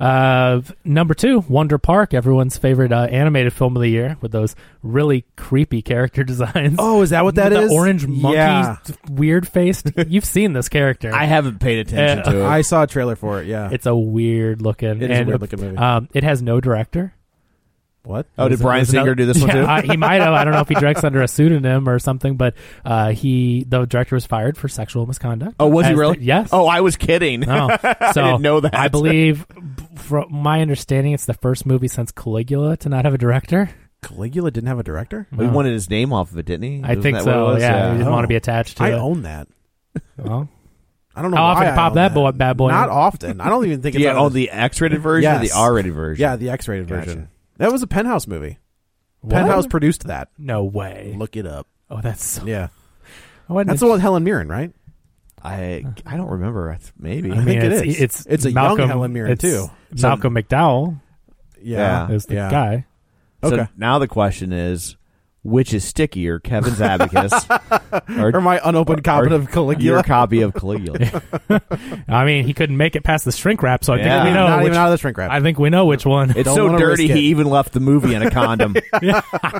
Speaker 6: Uh, number two, Wonder Park, everyone's favorite uh, animated film of the year with those really creepy character designs.
Speaker 7: Oh, is that what that
Speaker 6: that is?
Speaker 7: is?
Speaker 6: The orange monkey,
Speaker 7: Yeah.
Speaker 6: weird faced. You've seen this character.
Speaker 5: I haven't paid attention
Speaker 6: Uh,
Speaker 5: to it.
Speaker 7: I saw a trailer for it. Yeah.
Speaker 6: it's a weird looking.
Speaker 7: It is a weird looking movie.
Speaker 6: Um, it has no director.
Speaker 7: what?
Speaker 5: oh, did
Speaker 6: There's-
Speaker 5: Brian
Speaker 6: there's
Speaker 5: Singer
Speaker 6: another-
Speaker 5: do this one
Speaker 6: Yeah,
Speaker 5: too?
Speaker 6: I- he might have. I don't know if he directs under a pseudonym or something, but uh, he the director was fired for sexual misconduct.
Speaker 5: oh, was he
Speaker 6: As-
Speaker 5: really?
Speaker 6: yes.
Speaker 5: Oh, I was kidding.
Speaker 6: No. So
Speaker 5: didn't know that.
Speaker 6: I believe, from my understanding, it's the first movie since Caligula to not have a director.
Speaker 7: Caligula didn't have a director?
Speaker 5: He wanted his name off of it, didn't he?
Speaker 6: I
Speaker 5: Wasn't
Speaker 6: think
Speaker 5: that what it
Speaker 6: so.
Speaker 5: was?
Speaker 6: Yeah, he didn't
Speaker 7: Oh.
Speaker 6: want to be attached to
Speaker 7: I
Speaker 6: it.
Speaker 7: own that.
Speaker 6: Well,
Speaker 7: I don't know
Speaker 6: How
Speaker 7: why
Speaker 6: often
Speaker 7: I
Speaker 6: pop
Speaker 7: own
Speaker 6: that bo- bad boy?
Speaker 7: Not often. I don't even think it's
Speaker 5: Yeah,
Speaker 7: on
Speaker 5: oh,
Speaker 7: the-
Speaker 5: the X-rated version or
Speaker 7: Yes.
Speaker 5: the R-rated version?
Speaker 7: yeah the X-rated
Speaker 5: Gotcha.
Speaker 7: version. That was a Penthouse movie.
Speaker 6: what?
Speaker 7: Penthouse produced that.
Speaker 6: No way.
Speaker 7: Look it up.
Speaker 6: Oh, that's so.
Speaker 7: Yeah,
Speaker 6: Oh, I didn't-
Speaker 7: that's the one with Helen Mirren, right?
Speaker 5: I
Speaker 7: Uh-huh.
Speaker 5: I don't remember. I th- Maybe.
Speaker 6: I, mean,
Speaker 7: think it
Speaker 6: it's,
Speaker 7: is.
Speaker 6: It's
Speaker 7: It's a young
Speaker 6: Malcolm,
Speaker 7: Helen Mirren,
Speaker 6: it's
Speaker 7: too. So-
Speaker 6: Malcolm McDowell
Speaker 5: Yeah.
Speaker 6: is the
Speaker 7: Yeah.
Speaker 6: guy.
Speaker 5: So
Speaker 7: Okay.
Speaker 5: now the question is, which is stickier, Kevin's abacus or,
Speaker 7: Or my unopened copy
Speaker 5: or
Speaker 7: of Caligula.
Speaker 5: Your copy of Caligula.
Speaker 6: I mean, he couldn't make it past the shrink wrap, so I
Speaker 5: Yeah.
Speaker 6: think we know.
Speaker 7: Not
Speaker 6: which,
Speaker 7: even out of the shrink wrap.
Speaker 6: I think we know which one.
Speaker 5: It's
Speaker 7: Don't
Speaker 5: so
Speaker 7: wanna
Speaker 5: dirty
Speaker 7: risk it.
Speaker 5: he even left the movie in a condom.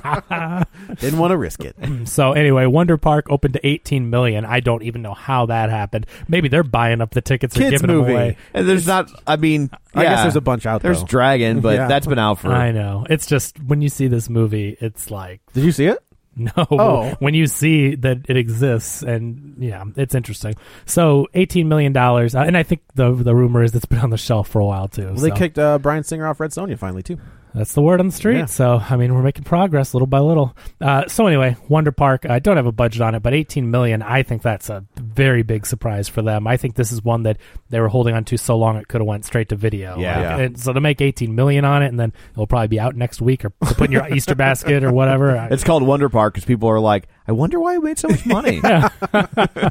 Speaker 7: Didn't want to risk it.
Speaker 6: so anyway, Wonder Park opened to 18 million. I don't even know how that happened. Maybe they're buying up the tickets or
Speaker 7: Kids
Speaker 6: giving
Speaker 7: movie.
Speaker 6: them away.
Speaker 5: And there's not. I mean,
Speaker 7: I
Speaker 5: yeah,
Speaker 7: guess there's a bunch out
Speaker 5: There's
Speaker 7: though.
Speaker 5: Dragon, but
Speaker 7: Yeah.
Speaker 5: that's been out for.
Speaker 6: I know. It's just when you see this movie, it's like
Speaker 7: Did you see it?
Speaker 6: no.
Speaker 7: Oh.
Speaker 6: When you see that it exists, and yeah, it's interesting. So 18 million dollars, uh, and I think the the rumor is it's been on the shelf for a while too.
Speaker 7: Well, they
Speaker 6: so
Speaker 7: kicked uh, Brian Singer off Red Sonja finally too.
Speaker 6: That's the word on the street.
Speaker 7: Yeah.
Speaker 6: So I mean, we're making progress little by little. Uh, so anyway, Wonder Park. I don't have a budget on it, but 18 million. I think that's a very big surprise for them. I think this is one that they were holding on to so long it could have went straight to video.
Speaker 5: Yeah.
Speaker 6: Like,
Speaker 5: Yeah.
Speaker 6: And so to make 18 million on it, and then it'll probably be out next week or put in your Easter basket or whatever. I-
Speaker 5: It's called Wonder Park because people are like, I wonder why it made so much money.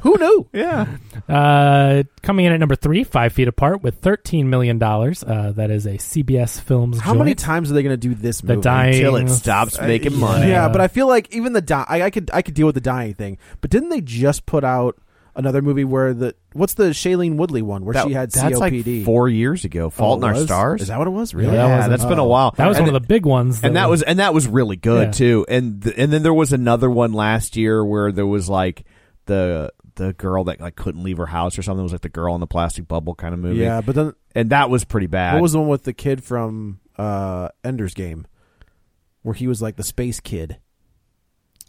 Speaker 7: Who knew?
Speaker 5: yeah.
Speaker 6: Uh, coming in at number three, Five Feet Apart, with thirteen million dollars. Uh, that is a CBS Films.
Speaker 7: How many
Speaker 6: joint.
Speaker 7: times are they going to do this
Speaker 6: The
Speaker 7: movie?
Speaker 6: dying
Speaker 5: Till it stops making money.
Speaker 7: Yeah, but I feel like even the di- I, I could I could deal with the dying thing, but didn't they just put out another movie where the what's the Shailene Woodley one where she had
Speaker 5: that's
Speaker 7: COPD?
Speaker 5: like four years ago.
Speaker 7: Oh,
Speaker 5: Fault in
Speaker 7: it
Speaker 5: Our
Speaker 7: was?
Speaker 5: Stars.
Speaker 7: Is that what it Oh. was?
Speaker 5: yeah,
Speaker 7: Really?
Speaker 6: wasn't-
Speaker 5: that's been a while.
Speaker 6: That was
Speaker 5: And
Speaker 6: one of
Speaker 5: it-
Speaker 6: the big ones.
Speaker 5: and that
Speaker 6: were-
Speaker 5: was and that was really good
Speaker 6: Yeah.
Speaker 5: too. And th- and then there was another one last year where there was like the the girl that like couldn't leave her house or something. It was like the girl in the plastic bubble kind of movie.
Speaker 7: Yeah, but then
Speaker 5: and that was pretty bad.
Speaker 7: what was the one with the kid from uh, Ender's Game, where he was like the space kid?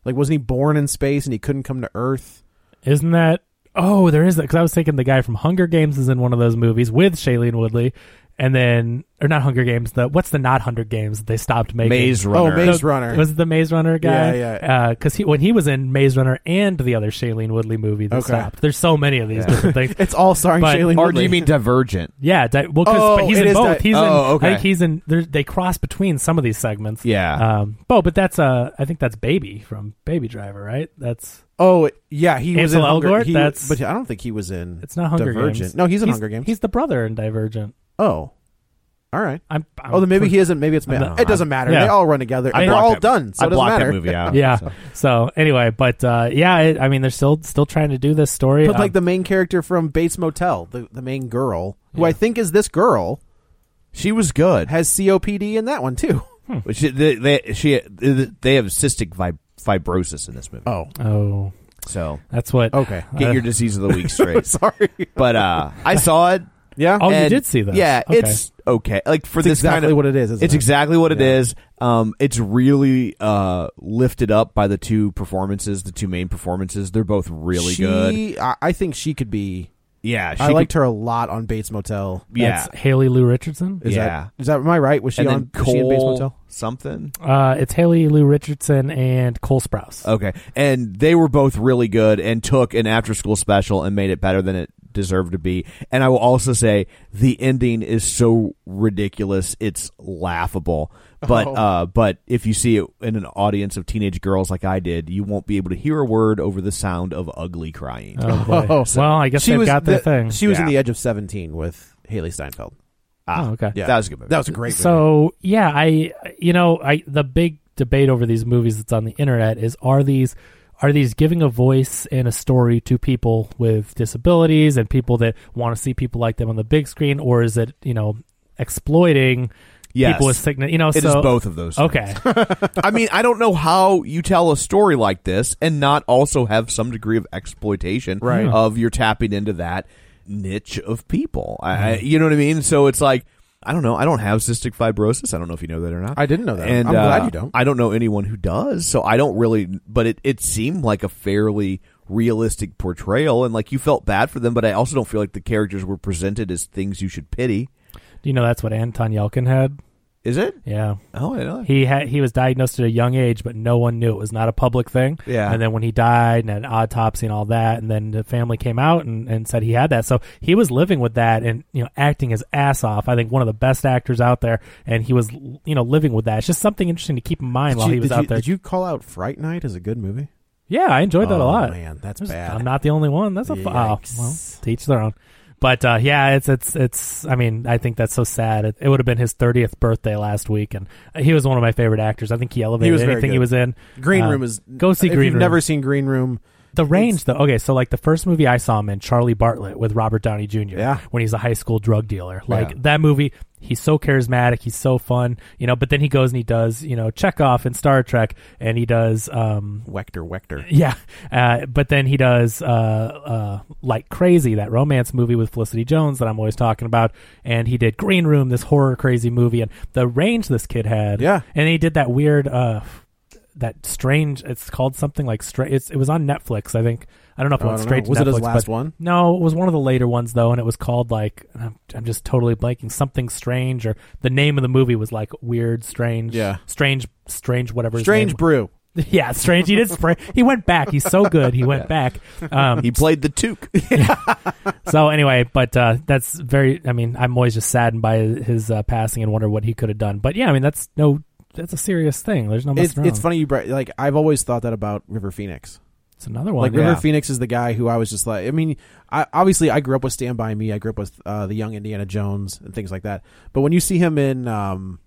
Speaker 7: Like, wasn't he born in space and he couldn't come to Earth?
Speaker 6: isn't that. Oh, there is that because I was thinking the guy from Hunger Games is in one of those movies with Shailene Woodley, and then or not Hunger Games. The what's the not Hunger Games that they stopped making?
Speaker 5: Maze
Speaker 7: Oh,
Speaker 5: Runner?
Speaker 7: Maze Runner.
Speaker 6: Was it the Maze Runner guy?
Speaker 7: Yeah, yeah.
Speaker 6: Because he when he was in Maze Runner and the other Shailene Woodley movie that
Speaker 7: Okay.
Speaker 6: stopped. There's so many of these different things.
Speaker 7: it's all starring
Speaker 6: But-
Speaker 5: or
Speaker 7: Shailene.
Speaker 5: do
Speaker 7: Woodley.
Speaker 5: you mean Divergent?
Speaker 6: Yeah, di- well, 'cause-
Speaker 7: Oh,
Speaker 6: but he's
Speaker 7: it
Speaker 6: in
Speaker 7: is
Speaker 6: both.
Speaker 7: di-
Speaker 6: he's in.
Speaker 5: Oh, okay.
Speaker 6: I think he's in. there- They cross between some of these segments.
Speaker 5: Yeah.
Speaker 6: Um. Oh, but that's uh. I think that's Baby from Baby Driver, right? That's
Speaker 7: Oh, yeah, he was in
Speaker 6: Ansel
Speaker 7: Hunger.
Speaker 6: Elgort?
Speaker 7: He,
Speaker 6: That's-
Speaker 7: but I don't think he was in.
Speaker 6: it's not Hunger
Speaker 7: Divergent.
Speaker 6: Games.
Speaker 7: No, he's in Hunger Games.
Speaker 6: He's the brother in Divergent.
Speaker 7: oh, all right.
Speaker 6: I'm. I'm
Speaker 7: oh, then maybe he isn't. Maybe it's.
Speaker 6: I'm not-
Speaker 7: it doesn't matter.
Speaker 6: Yeah.
Speaker 7: They all run together.
Speaker 6: I
Speaker 7: and they're
Speaker 6: blocked
Speaker 7: all
Speaker 5: that-
Speaker 7: done. So
Speaker 5: I
Speaker 7: it doesn't
Speaker 5: blocked
Speaker 7: matter.
Speaker 5: that movie out.
Speaker 6: Yeah.
Speaker 5: so.
Speaker 6: So. anyway, but uh, yeah, it, I mean, they're still still trying to do this story.
Speaker 7: But like
Speaker 6: Um,
Speaker 7: the main character from Bates Motel, the the main girl, who I think is this girl,
Speaker 5: she was good.
Speaker 7: has COPD in that one too.
Speaker 5: But She, they, they, she, they have cystic vib- fibrosis in this movie.
Speaker 7: Oh,
Speaker 6: oh,
Speaker 5: So
Speaker 6: that's what.
Speaker 7: okay.
Speaker 5: get your disease of the week straight.
Speaker 7: Sorry.
Speaker 5: But uh, I saw it.
Speaker 7: Yeah.
Speaker 6: Oh, you
Speaker 5: and-
Speaker 6: did see this?
Speaker 5: Yeah,
Speaker 6: Okay.
Speaker 5: it's okay. Like for
Speaker 7: It's
Speaker 5: this kind
Speaker 7: exactly
Speaker 5: of-
Speaker 7: what it is, isn't
Speaker 5: it's
Speaker 7: it?
Speaker 5: exactly what it
Speaker 7: Yeah.
Speaker 5: is. Um, it's really uh lifted up by the two performances, the two main performances. They're both really
Speaker 7: she,
Speaker 5: good.
Speaker 7: I, I think she could be.
Speaker 5: Yeah, she
Speaker 7: I
Speaker 5: could-
Speaker 7: liked her a lot on Bates Motel.
Speaker 5: Yeah,
Speaker 6: That's Haley Lou Richardson.
Speaker 7: Is
Speaker 5: yeah.
Speaker 7: that is that am I right? Was she
Speaker 5: and
Speaker 7: on
Speaker 5: then
Speaker 7: was she in Bates
Speaker 5: Cole
Speaker 7: Motel?
Speaker 5: something.
Speaker 6: Uh, it's Haley Lou Richardson and Cole Sprouse.
Speaker 7: Oh,
Speaker 5: Okay, and they were both really good and took an after-school special and made it better than it deserved to be. And I will also say the ending is so ridiculous; it's laughable. But
Speaker 7: Oh.
Speaker 5: uh, but if you see it in an audience of teenage girls like I did, you won't be able to hear a word over the sound of ugly crying.
Speaker 6: Oh, boy.
Speaker 5: so-
Speaker 6: well, I guess
Speaker 7: she
Speaker 6: they've
Speaker 7: was
Speaker 6: got
Speaker 7: the,
Speaker 6: their thing.
Speaker 7: She was in
Speaker 5: Yeah.
Speaker 7: the Edge of Seventeen with Haley Steinfeld.
Speaker 6: oh, okay.
Speaker 7: Yeah.
Speaker 5: That was a good movie.
Speaker 7: That was a great. movie.
Speaker 6: So yeah, I you know I the big debate over these movies that's on the internet is are these are these giving a voice and a story to people with disabilities and people that want to see people like them on the big screen, or is it you know exploiting
Speaker 5: Yes.
Speaker 6: people with sickness. You know,
Speaker 5: It is
Speaker 6: so-
Speaker 5: both of those things.
Speaker 6: Okay,
Speaker 5: I mean, I don't know how you tell a story like this and not also have some degree of exploitation
Speaker 7: Right. Yeah.
Speaker 5: of you're tapping into that niche of people. I, I- you know what I mean? So it's like I don't know. I don't have cystic fibrosis. I don't know if you know that or not.
Speaker 7: I didn't know that.
Speaker 5: And
Speaker 7: I'm
Speaker 5: uh,
Speaker 7: glad you don't.
Speaker 5: I don't know anyone who does. So I don't really. But it it seemed like a fairly realistic portrayal, and like you felt bad for them. But I also don't feel like the characters were presented as things you should pity.
Speaker 6: do you know that's what Anton Yelkin had?
Speaker 5: Is it?
Speaker 6: Yeah.
Speaker 5: Oh, I didn't know. that.
Speaker 6: He had he was diagnosed at a young age, but no one knew it was not a public thing.
Speaker 5: Yeah.
Speaker 6: And then when he died, and an autopsy and all that, and then the family came out and, and said he had that. So he was living with that and you know acting his ass off. I think one of the best actors out there, and he was you know living with that. It's just something interesting to keep in mind while
Speaker 7: did,
Speaker 6: he
Speaker 7: you,
Speaker 6: was
Speaker 7: did
Speaker 6: out
Speaker 7: you-
Speaker 6: there.
Speaker 7: did you call out Fright Night as a good movie?
Speaker 6: yeah, I enjoyed that a
Speaker 7: Oh,
Speaker 6: lot.
Speaker 7: man, that's
Speaker 6: There's-
Speaker 7: bad.
Speaker 6: I'm not the only one. That's a fu- oh, well, to each their own. But uh, yeah, it's it's it's. I mean, I think that's so sad. It, it would have been his 30th birthday last week, and he was one of my favorite actors. I think he elevated
Speaker 7: was very
Speaker 6: anything he
Speaker 7: good.
Speaker 6: was in.
Speaker 7: Green
Speaker 6: Uh,
Speaker 7: Room is
Speaker 6: go see
Speaker 7: if
Speaker 6: Green
Speaker 7: you've
Speaker 6: Room.
Speaker 7: never seen Green Room.
Speaker 6: The range, though. Okay, so like the first movie I saw him in, Charlie Bartlett with Robert Downey Jr.
Speaker 7: Yeah.
Speaker 6: when he's a high school drug dealer. Like
Speaker 7: Yeah.
Speaker 6: that movie, he's so charismatic, he's so fun, you know. But then he goes and he does, you know, Chekhov in Star Trek, and he does, um,
Speaker 7: Wechter, Wechter.
Speaker 6: yeah. Uh, but then he does uh, uh, like crazy that romance movie with Felicity Jones that I'm always talking about, and he did Green Room, this horror crazy movie, and the range this kid had.
Speaker 7: Yeah.
Speaker 6: and he did that weird, uh, that strange. It's called something like strange. It's, it was on Netflix, I think. I don't know if it
Speaker 7: Oh, I
Speaker 6: went
Speaker 7: don't
Speaker 6: straight
Speaker 7: know.
Speaker 6: to
Speaker 7: Was
Speaker 6: Netflix.
Speaker 7: it his last
Speaker 6: but-
Speaker 7: one?
Speaker 6: No, it was one of the later ones though, and it was called like I'm, I'm just totally blanking. Something strange, or the name of the movie was like weird, strange,
Speaker 7: Yeah.
Speaker 6: strange, strange, whatever. his
Speaker 7: Strange
Speaker 6: name-
Speaker 7: Brew.
Speaker 6: yeah, strange. He did spray. He went back. He's so good. He went back. Um,
Speaker 5: He played the Took.
Speaker 6: so anyway, but uh, that's very. I mean, I'm always just saddened by his uh, passing and wonder what he could have done. But yeah, I mean, that's no. That's a serious thing. There's no.
Speaker 7: It's,
Speaker 6: messing around.
Speaker 7: it's funny you brought, like I've always thought that about River Phoenix.
Speaker 6: It's another one.
Speaker 7: Like
Speaker 6: yeah.
Speaker 7: River Phoenix is the guy who I was just like I mean I obviously I grew up with Stand by Me, I grew up with uh, the young Indiana Jones and things like that. But when you see him in um,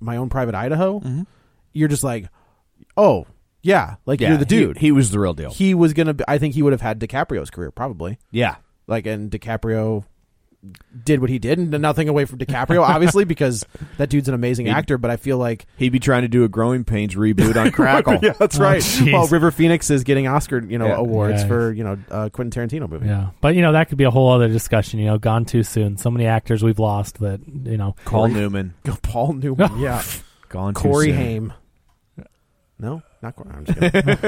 Speaker 7: My Own Private Idaho, you're just like, "Oh, yeah, like you're the dude."
Speaker 5: He, he was the real deal.
Speaker 7: He, was going to I think he would have had DiCaprio's career probably.
Speaker 5: yeah.
Speaker 7: Like and DiCaprio did what he did and nothing away from DiCaprio obviously because that dude's an amazing actor, but I feel like
Speaker 5: He'd be trying to do a Growing Pains reboot on Crackle.
Speaker 7: yeah, that's right.
Speaker 6: Oh, jeez.
Speaker 7: well, River Phoenix is getting Oscar, you know,
Speaker 5: Yeah.
Speaker 7: awards
Speaker 6: Yeah.
Speaker 7: for you know uh, Quentin Tarantino movie.
Speaker 6: Yeah, but you know that could be a whole other discussion. You know, gone too soon. So many actors we've lost that you know.
Speaker 5: Paul Newman.
Speaker 7: Paul Newman. yeah,
Speaker 5: Gone too
Speaker 7: Corey
Speaker 5: soon.
Speaker 7: Haim. No, not Corey. I'm just kidding.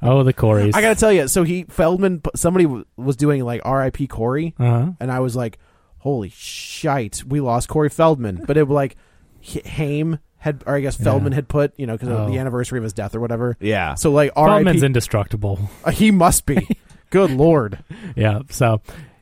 Speaker 6: Oh, the Corys.
Speaker 7: I gotta tell you, so he Feldman. Somebody w- was doing like R.I.P. Corey,
Speaker 6: Uh-huh.
Speaker 7: and I was like, "Holy shite, we lost Corey Feldman." But it was like H- Haim had, or I guess Feldman had put, you know, because
Speaker 6: Oh.
Speaker 7: of the anniversary of his death or whatever.
Speaker 5: Yeah.
Speaker 7: So like
Speaker 6: Feldman's
Speaker 7: R.I.P.
Speaker 6: indestructible.
Speaker 7: Uh, he must be. Good lord.
Speaker 6: yeah. So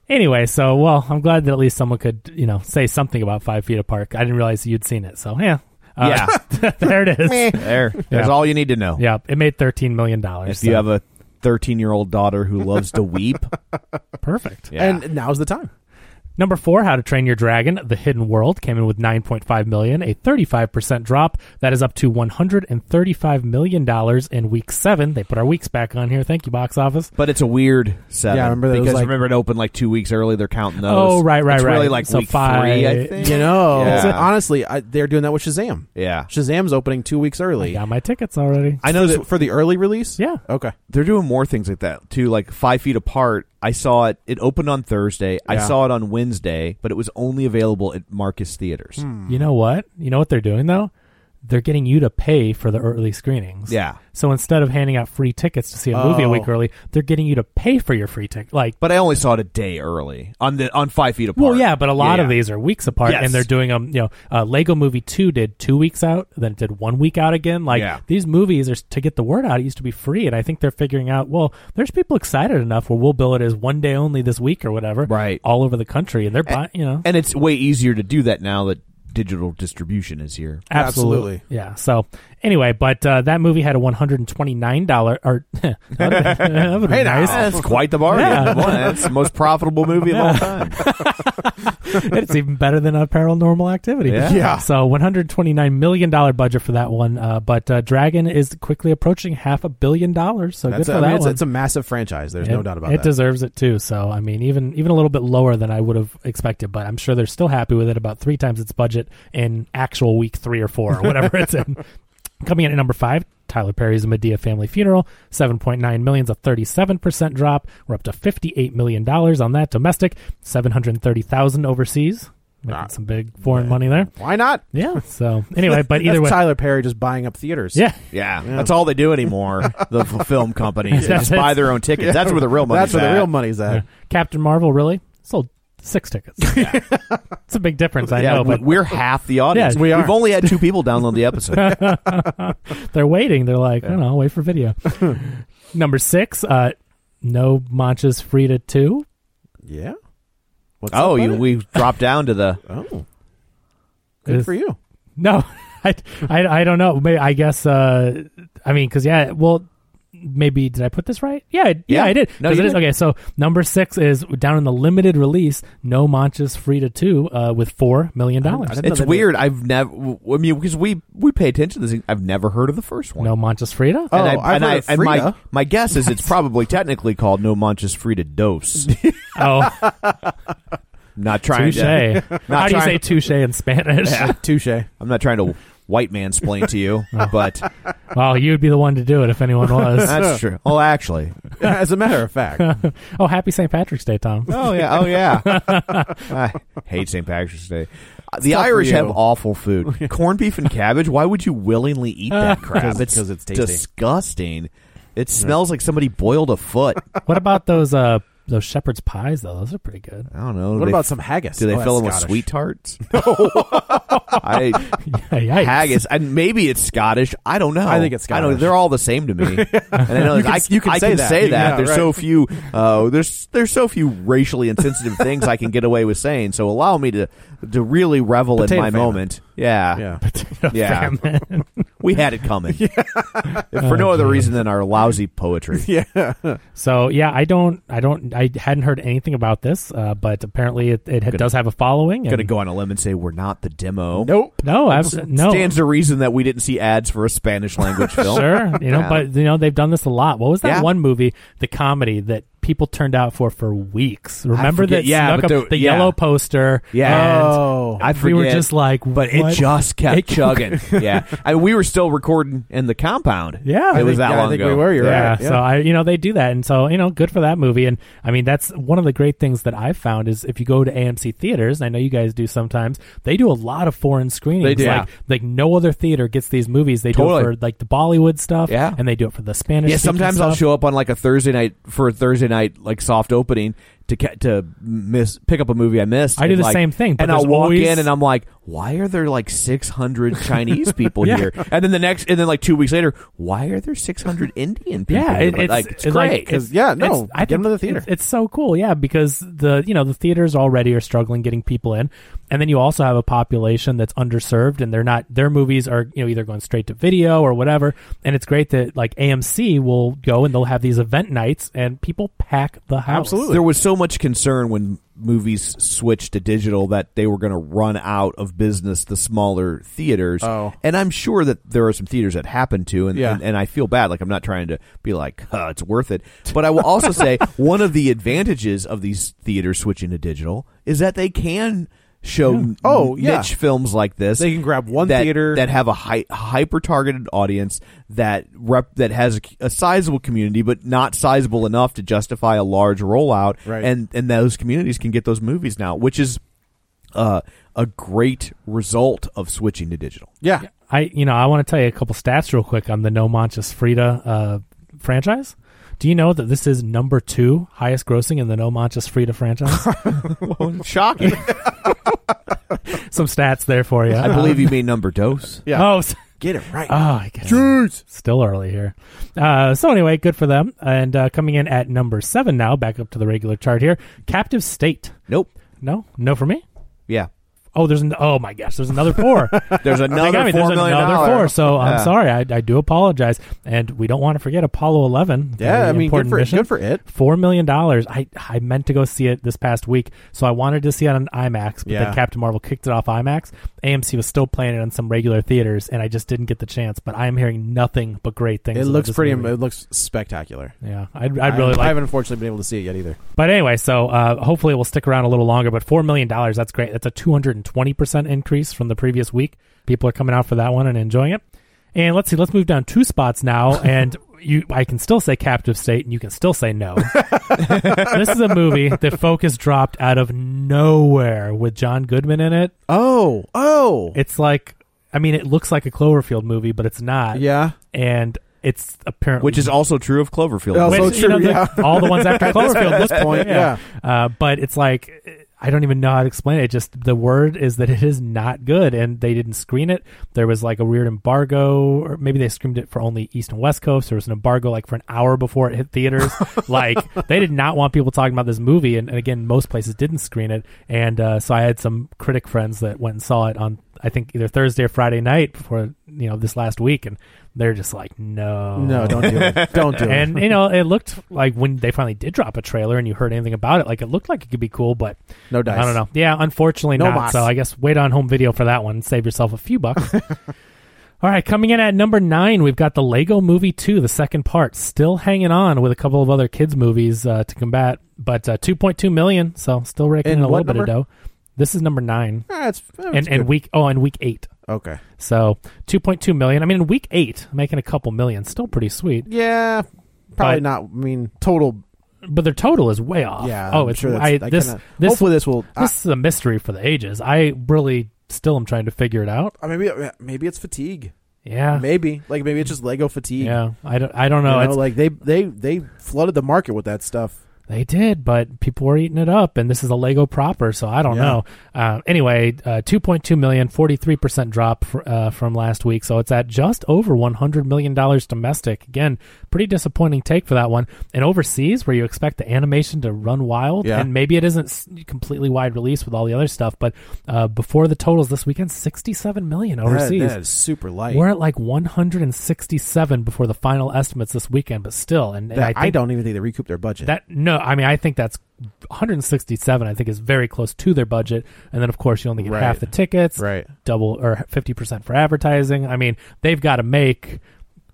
Speaker 6: anyway, so well, I'm glad that at least someone could you know say something about Five Feet Apart. I didn't realize you'd seen it. So yeah, Uh, there it
Speaker 5: yeah.
Speaker 6: is.
Speaker 5: there. That's
Speaker 6: Yeah.
Speaker 5: all you need to know.
Speaker 6: yeah, it made thirteen million dollars.
Speaker 5: If you have a 13 year old daughter who loves to weep.
Speaker 6: perfect
Speaker 5: Yeah.
Speaker 7: And now's the time.
Speaker 6: number four, How to Train Your Dragon: The Hidden World came in with nine point five million, a thirty-five percent drop. That is up to one hundred and thirty-five million dollars in week seven. They put our weeks back on here. Thank you, box office.
Speaker 5: but it's a weird seven.
Speaker 7: Yeah, I remember that it was
Speaker 5: because
Speaker 7: like-
Speaker 5: remember it opened like two weeks early. They're counting those.
Speaker 6: Oh, right, right,
Speaker 5: It's Really
Speaker 6: right.
Speaker 5: like
Speaker 6: So
Speaker 5: week
Speaker 6: five-
Speaker 5: three, I think.
Speaker 7: You know,
Speaker 5: Yeah.
Speaker 7: honestly, I, they're doing that with Shazam.
Speaker 5: Yeah.
Speaker 7: Shazam's opening two weeks
Speaker 6: I
Speaker 7: early.
Speaker 6: got my tickets already.
Speaker 5: I know
Speaker 7: For-
Speaker 5: that
Speaker 7: for the early release.
Speaker 6: Yeah.
Speaker 7: Okay.
Speaker 5: they're doing more things like that too. Like Five Feet Apart, I saw it. It opened on Thursday. I
Speaker 7: Yeah.
Speaker 5: saw it on Wednesday, but it was only available at Marcus Theaters.
Speaker 6: You know what? You know what they're doing though? They're getting you to pay for the early screenings.
Speaker 5: Yeah.
Speaker 6: So instead of handing out free tickets to see a movie a
Speaker 7: Oh.
Speaker 6: week early, they're getting you to pay for your free ticket. Like,
Speaker 5: But I only saw it a day early on the on Five Feet Apart.
Speaker 6: well, yeah, but a lot
Speaker 5: Yeah,
Speaker 6: of
Speaker 5: yeah.
Speaker 6: these are weeks apart,
Speaker 5: Yes.
Speaker 6: and they're doing them. You know, uh, Lego Movie Two did two weeks out, then it did one week out again. Like
Speaker 5: Yeah.
Speaker 6: these movies are to get the word out. It used to be free, and I think they're figuring out. Well, there's people excited enough where we'll bill it as one day only this week or whatever,
Speaker 5: Right.
Speaker 6: All over the country, and they're buying. You know,
Speaker 5: and it's way easier to do that now that digital distribution is here.
Speaker 6: Absolutely.
Speaker 7: Absolutely.
Speaker 6: Yeah. So anyway, but uh, that movie had a one hundred and twenty nine dollar or that would've been- that would've been nice.
Speaker 5: that's quite the bargain.
Speaker 6: Yeah.
Speaker 5: That's the most profitable movie of all time.
Speaker 6: it's even better than a paranormal activity.
Speaker 5: Yeah.
Speaker 7: Yeah.
Speaker 6: So 129 million dollar budget for that one, uh, but uh, Dragon is quickly approaching half a billion dollars. So
Speaker 7: That's
Speaker 6: good for
Speaker 7: a, I
Speaker 6: that
Speaker 7: mean, it's,
Speaker 6: one.
Speaker 7: it's a massive franchise. There's
Speaker 6: it,
Speaker 7: no doubt about
Speaker 6: it
Speaker 7: that.
Speaker 6: deserves it too. So I mean, even even a little bit lower than I would have expected, but I'm sure they're still happy with it. About three times its budget in actual week three or four or whatever it's in. Coming in at number five, Tyler Perry's Medea Family Funeral, seven point nine million's a thirty-seven percent drop. We're up to fifty-eight million dollars on that domestic, seven hundred thirty thousand overseas. Making
Speaker 7: Ah,
Speaker 6: some big foreign money there.
Speaker 7: Why not?
Speaker 6: Yeah. So anyway, but either
Speaker 7: That's
Speaker 6: way,
Speaker 7: Tyler Perry just buying up theaters.
Speaker 6: yeah.
Speaker 5: Yeah, that's all they do anymore. The f- film companies they
Speaker 6: That's
Speaker 5: just
Speaker 6: it.
Speaker 5: buy their own tickets. That's where the real money.
Speaker 7: That's where the real money's at.
Speaker 6: Captain Marvel really sold six tickets. it's a big difference, I
Speaker 5: Yeah,
Speaker 6: know,
Speaker 5: we-
Speaker 6: but
Speaker 5: we're half the audience.
Speaker 6: Yeah, we
Speaker 5: We've
Speaker 6: are.
Speaker 5: only had two people download the episode.
Speaker 6: they're waiting. They're like, I don't know, wait for video. Number six, uh, no Manchas Frida two.
Speaker 7: Yeah. What's
Speaker 5: oh,
Speaker 7: up,
Speaker 5: you,
Speaker 7: buddy?
Speaker 5: we dropped down to the.
Speaker 7: Oh. Good
Speaker 6: Is-
Speaker 7: for you.
Speaker 6: No, I, I, I don't know. Maybe, I guess. Uh, I mean, because yeah, well, maybe did I put this right? Yeah, I-
Speaker 5: Yeah.
Speaker 6: yeah, I did.
Speaker 5: No,
Speaker 6: 'Cause
Speaker 5: you
Speaker 6: it is-
Speaker 5: did.
Speaker 6: okay. So number six is down in the limited release. No Manchas Frida two uh, with four million dollars.
Speaker 5: It's weird. I've never. I mean, because we we pay attention to this. I've never heard of the first one.
Speaker 6: No Manchas Frida.
Speaker 7: Oh,
Speaker 5: and I,
Speaker 7: I've
Speaker 5: and,
Speaker 7: heard
Speaker 5: I,
Speaker 7: of
Speaker 5: and my
Speaker 7: Frida.
Speaker 5: my guess is it's probably technically called No Manches Frida Dos.
Speaker 6: Oh,
Speaker 5: Not trying
Speaker 6: touche.
Speaker 5: to.
Speaker 6: How do
Speaker 5: trying-
Speaker 6: you say touche in Spanish?
Speaker 7: Touche.
Speaker 5: I'm not trying to white man explain to you, but
Speaker 6: Well, you'd be the one to do it if anyone was.
Speaker 5: that's true. Well, actually,
Speaker 7: As a matter of fact.
Speaker 6: oh, happy St. Patrick's Day, Tom.
Speaker 5: Oh yeah, oh yeah. I hate St. Patrick's Day. Uh, The
Speaker 7: tough for
Speaker 5: Irish
Speaker 7: you.
Speaker 5: have awful food. Corned beef and cabbage. Why would you willingly eat that crap?
Speaker 7: Uh, 'Cause- 'cause it's tasty.
Speaker 5: disgusting. It smells like somebody boiled a foot.
Speaker 6: What about those uh those shepherd's pies though? Those are pretty good.
Speaker 5: I don't know.
Speaker 7: What
Speaker 5: They-
Speaker 7: about some haggis?
Speaker 5: Do they
Speaker 7: Oh,
Speaker 5: fill them
Speaker 7: that's
Speaker 5: with
Speaker 7: Scottish.
Speaker 5: sweet tarts? I
Speaker 6: Yikes.
Speaker 5: haggis, and maybe it's Scottish. I don't know.
Speaker 7: I think it's
Speaker 5: I don't.
Speaker 7: Scottish.
Speaker 5: They're all the same to me. and I know I,
Speaker 7: you can
Speaker 5: I
Speaker 7: say
Speaker 5: can
Speaker 7: that.
Speaker 5: say
Speaker 7: You-
Speaker 5: that.
Speaker 7: yeah,
Speaker 5: there's
Speaker 7: right.
Speaker 5: so few. Uh, there's there's so few racially insensitive things I can get away with saying. So allow me to to really revel
Speaker 7: Potato
Speaker 5: in my
Speaker 7: famine.
Speaker 5: moment. Yeah,
Speaker 7: Yeah.
Speaker 5: yeah.
Speaker 6: Famine.
Speaker 5: we had it coming If for
Speaker 7: Oh,
Speaker 5: no other reason than our lousy poetry.
Speaker 6: so yeah, I don't, I don't, I hadn't heard anything about this, uh, but apparently it, it does have a following. and-
Speaker 5: Gonna go on a limb and say we're not the demo.
Speaker 7: Nope.
Speaker 6: No, absolutely no.
Speaker 5: Stands to reason that we didn't see ads for a Spanish language film.
Speaker 6: Sure, you know,
Speaker 5: Yeah.
Speaker 6: but you know they've done this a lot. What was that
Speaker 5: Yeah.
Speaker 6: one movie, the comedy that people turned out for for weeks? Remember
Speaker 5: forget-
Speaker 6: that?
Speaker 5: yeah,
Speaker 6: snuck
Speaker 5: but
Speaker 6: up-
Speaker 5: the-
Speaker 6: the
Speaker 5: yeah.
Speaker 6: yellow poster.
Speaker 5: Yeah.
Speaker 6: and
Speaker 7: Oh.
Speaker 5: I
Speaker 6: we
Speaker 5: forget.
Speaker 6: were just like,
Speaker 5: but it
Speaker 6: what?
Speaker 5: just kept
Speaker 6: It-
Speaker 5: chugging. yeah, I mean, we were still recording in the compound.
Speaker 6: Yeah.
Speaker 5: it
Speaker 6: I
Speaker 5: was
Speaker 7: think-
Speaker 5: that
Speaker 7: yeah, I
Speaker 5: long
Speaker 7: think
Speaker 5: ago.
Speaker 7: we were, you're
Speaker 5: yeah.
Speaker 6: yeah,
Speaker 7: right.
Speaker 6: So I, you know, they do that, and so you know, good for that movie. And I mean, that's one of the great things that I've found is if you go to AMC theaters, and I know you guys do sometimes, they do a lot of foreign screenings.
Speaker 5: They do.
Speaker 6: Like, like no other theater gets these movies. They
Speaker 5: Totally.
Speaker 6: do it for like the Bollywood stuff,
Speaker 5: Yeah.
Speaker 6: and they do it for the Spanish.
Speaker 5: Yeah, sometimes I'll show up on like a Thursday night for a Thursday night like soft opening to ca- to miss pick up a movie I missed.
Speaker 6: I do
Speaker 5: and,
Speaker 6: the
Speaker 5: like-
Speaker 6: same thing, but
Speaker 5: and I'll
Speaker 6: there's
Speaker 5: walk
Speaker 6: always-
Speaker 5: in and I'm like, why are there like 600 Chinese people
Speaker 6: Yeah.
Speaker 5: here? And then the next, and then like two weeks later, why are there 600 Indian people?
Speaker 6: Yeah,
Speaker 5: here?
Speaker 6: it,
Speaker 5: But,
Speaker 6: it's
Speaker 5: like it's
Speaker 6: it,
Speaker 5: great.
Speaker 6: like, it's-
Speaker 7: yeah, no,
Speaker 6: it's-
Speaker 7: get 'em to the theater.
Speaker 6: It's, it's so cool, yeah, because the you know the theaters already are struggling getting people in, and then you also have a population that's underserved, and they're not their movies are you know either going straight to video or whatever, and it's great that like AMC will go and they'll have these event nights, and people pack the house.
Speaker 5: There was so much concern when movies switched to digital that they were going to run out of business the smaller theaters.
Speaker 7: Oh.
Speaker 5: And I'm sure that there are some theaters that happen to, and,
Speaker 7: Yeah.
Speaker 5: and, and I feel bad. Like, I'm not trying to be like, huh, it's worth it. But I will also say one of the advantages of these theaters switching to digital is that they can show
Speaker 7: Oh,
Speaker 5: n-
Speaker 7: yeah.
Speaker 5: niche films like this
Speaker 7: They can grab one
Speaker 5: that-
Speaker 7: theater.
Speaker 5: that have a hy- hyper targeted audience that rep that has a, c- a sizable community, but not sizable enough to justify a large rollout.
Speaker 7: Right.
Speaker 5: And and those communities can get those movies now, which is uh, a great result of switching to digital.
Speaker 7: Yeah.
Speaker 6: I you know I want to tell you a couple stats real quick on the No Manches Frida uh, franchise. Do you know that this is number two highest grossing in the No Manches Frida franchise?
Speaker 5: Shocking!
Speaker 6: Some stats there for you.
Speaker 5: I believe you mean number dose.
Speaker 7: Yeah.
Speaker 6: Oh, s-
Speaker 7: Get it right.
Speaker 6: oh, I guess still early here. Uh, so anyway, good for them. And uh, coming in at number seven now, back up to the regular chart here. Captive State.
Speaker 5: Nope.
Speaker 6: No, no for me.
Speaker 5: Yeah.
Speaker 6: Oh, there's an, oh my gosh, there's another four.
Speaker 5: There's
Speaker 6: They got
Speaker 5: another
Speaker 6: me.
Speaker 5: four
Speaker 6: There's
Speaker 5: million
Speaker 6: another
Speaker 5: dollar-
Speaker 6: four. So I'm
Speaker 5: Yeah.
Speaker 6: sorry. I, I do apologize, and we don't want to forget Apollo 11.
Speaker 7: Yeah,
Speaker 6: very
Speaker 7: I mean, good
Speaker 6: important
Speaker 7: for,
Speaker 6: mission.
Speaker 7: good for it.
Speaker 6: Four million dollars. I I meant to go see it this past week, so I wanted to see it on IMAX, but
Speaker 7: Yeah.
Speaker 6: then Captain Marvel kicked it off IMAX. AMC was still playing it on some regular theaters, and I just didn't get the chance. But I am hearing nothing but great things.
Speaker 7: It
Speaker 6: about
Speaker 7: looks
Speaker 6: this
Speaker 7: pretty.
Speaker 6: movie.
Speaker 7: It looks spectacular.
Speaker 6: Yeah, I'd, I'd really
Speaker 7: I,
Speaker 6: like.
Speaker 7: haven't unfortunately been able to see it yet either.
Speaker 6: But anyway, so uh, hopefully we'll stick around a little longer. But four million dollars—that's great. That's a two hundred and twenty percent increase from the previous week. People are coming out for that one and enjoying it. And let's see, let's move down two spots now, and you, I can still say captive state, and you can still say no. this is a movie that Focus dropped out of nowhere with John Goodman in it.
Speaker 7: Oh, oh,
Speaker 6: It's like, I mean, it looks like a Cloverfield movie, but it's not.
Speaker 7: yeah.
Speaker 6: and it's apparently
Speaker 5: which is also true of Cloverfield.
Speaker 7: Oh,
Speaker 6: Which,
Speaker 7: so
Speaker 6: you know,
Speaker 7: true,
Speaker 6: the-
Speaker 7: yeah.
Speaker 6: all the ones after Cloverfield
Speaker 7: At this point,
Speaker 6: Uh, but it's like I don't even know how to explain it. Just the word is that it is not good, and they didn't screen it. There was like a weird embargo, or maybe they screened it for only East and West Coast. There was an embargo like for an hour before it hit theaters. like they did not want people talking about this movie, and, and again, most places didn't screen it. And uh, so I had some critic friends that went and saw it on. I think either Thursday or Friday night before you know this last week, and they're just like, no,
Speaker 7: No, don't do it. Don't do it.
Speaker 6: and you know, it looked like when they finally did drop a trailer and you heard anything about it, like it looked like it could be cool, but
Speaker 7: no dice.
Speaker 6: I don't know. Yeah, unfortunately
Speaker 7: No
Speaker 6: not.
Speaker 7: mas.
Speaker 6: So I guess wait on home video for that one. Save yourself a few bucks. All right, coming in at number nine, we've got the Lego Movie 2, the second part, still hanging on with a couple of other kids' movies uh, to combat, but uh, 2.2 million, so still raking
Speaker 7: And
Speaker 6: in a
Speaker 7: what
Speaker 6: little bit of dough. This is number nine,
Speaker 7: Ah, it's, it's
Speaker 6: and and
Speaker 7: good.
Speaker 6: week oh, and week eight,
Speaker 7: okay.
Speaker 6: so 2.2 million. I mean, in week eight, making a couple million, still pretty sweet.
Speaker 7: Yeah, probably
Speaker 6: But-
Speaker 7: not. I mean, total.
Speaker 6: but their total is way off.
Speaker 7: Yeah.
Speaker 6: Oh,
Speaker 7: I'm
Speaker 6: it's
Speaker 7: sure that's,
Speaker 6: I,
Speaker 7: that
Speaker 6: this
Speaker 7: kinda-
Speaker 6: this
Speaker 7: hopefully this will. I-
Speaker 6: this is a mystery for the ages. I really still am trying to figure it out.
Speaker 7: I, maybe maybe it's fatigue.
Speaker 6: Yeah.
Speaker 7: Maybe like maybe it's just Lego fatigue.
Speaker 6: Yeah. I don't. I don't
Speaker 7: You
Speaker 6: know.
Speaker 7: know,
Speaker 6: it's,
Speaker 7: like they they they flooded the market with that stuff.
Speaker 6: they did, but people were eating it up, and this is a Lego proper, so I don't
Speaker 7: Yeah.
Speaker 6: know. Uh, anyway, uh, 2.2 million, 43 percent drop fr- uh, from last week, so it's at just over 100 million dollars domestic. Again, pretty disappointing take for that one. And overseas, where you expect the animation to run wild,
Speaker 7: Yeah.
Speaker 6: and maybe it isn't s- completely wide release with all the other stuff, but uh, before the totals this weekend, 67 million
Speaker 7: That-
Speaker 6: overseas.
Speaker 7: that is super light.
Speaker 6: We're at like 167 before the final estimates this weekend, but still, and, and
Speaker 7: That-
Speaker 6: I think
Speaker 7: I don't even think they recouped their budget.
Speaker 6: that no, I mean I think that's 167. I think is very close to their budget, and then of course you only get
Speaker 7: Right.
Speaker 6: half the tickets,
Speaker 7: Right.
Speaker 6: Double or 50 percent for advertising. I mean they've got to make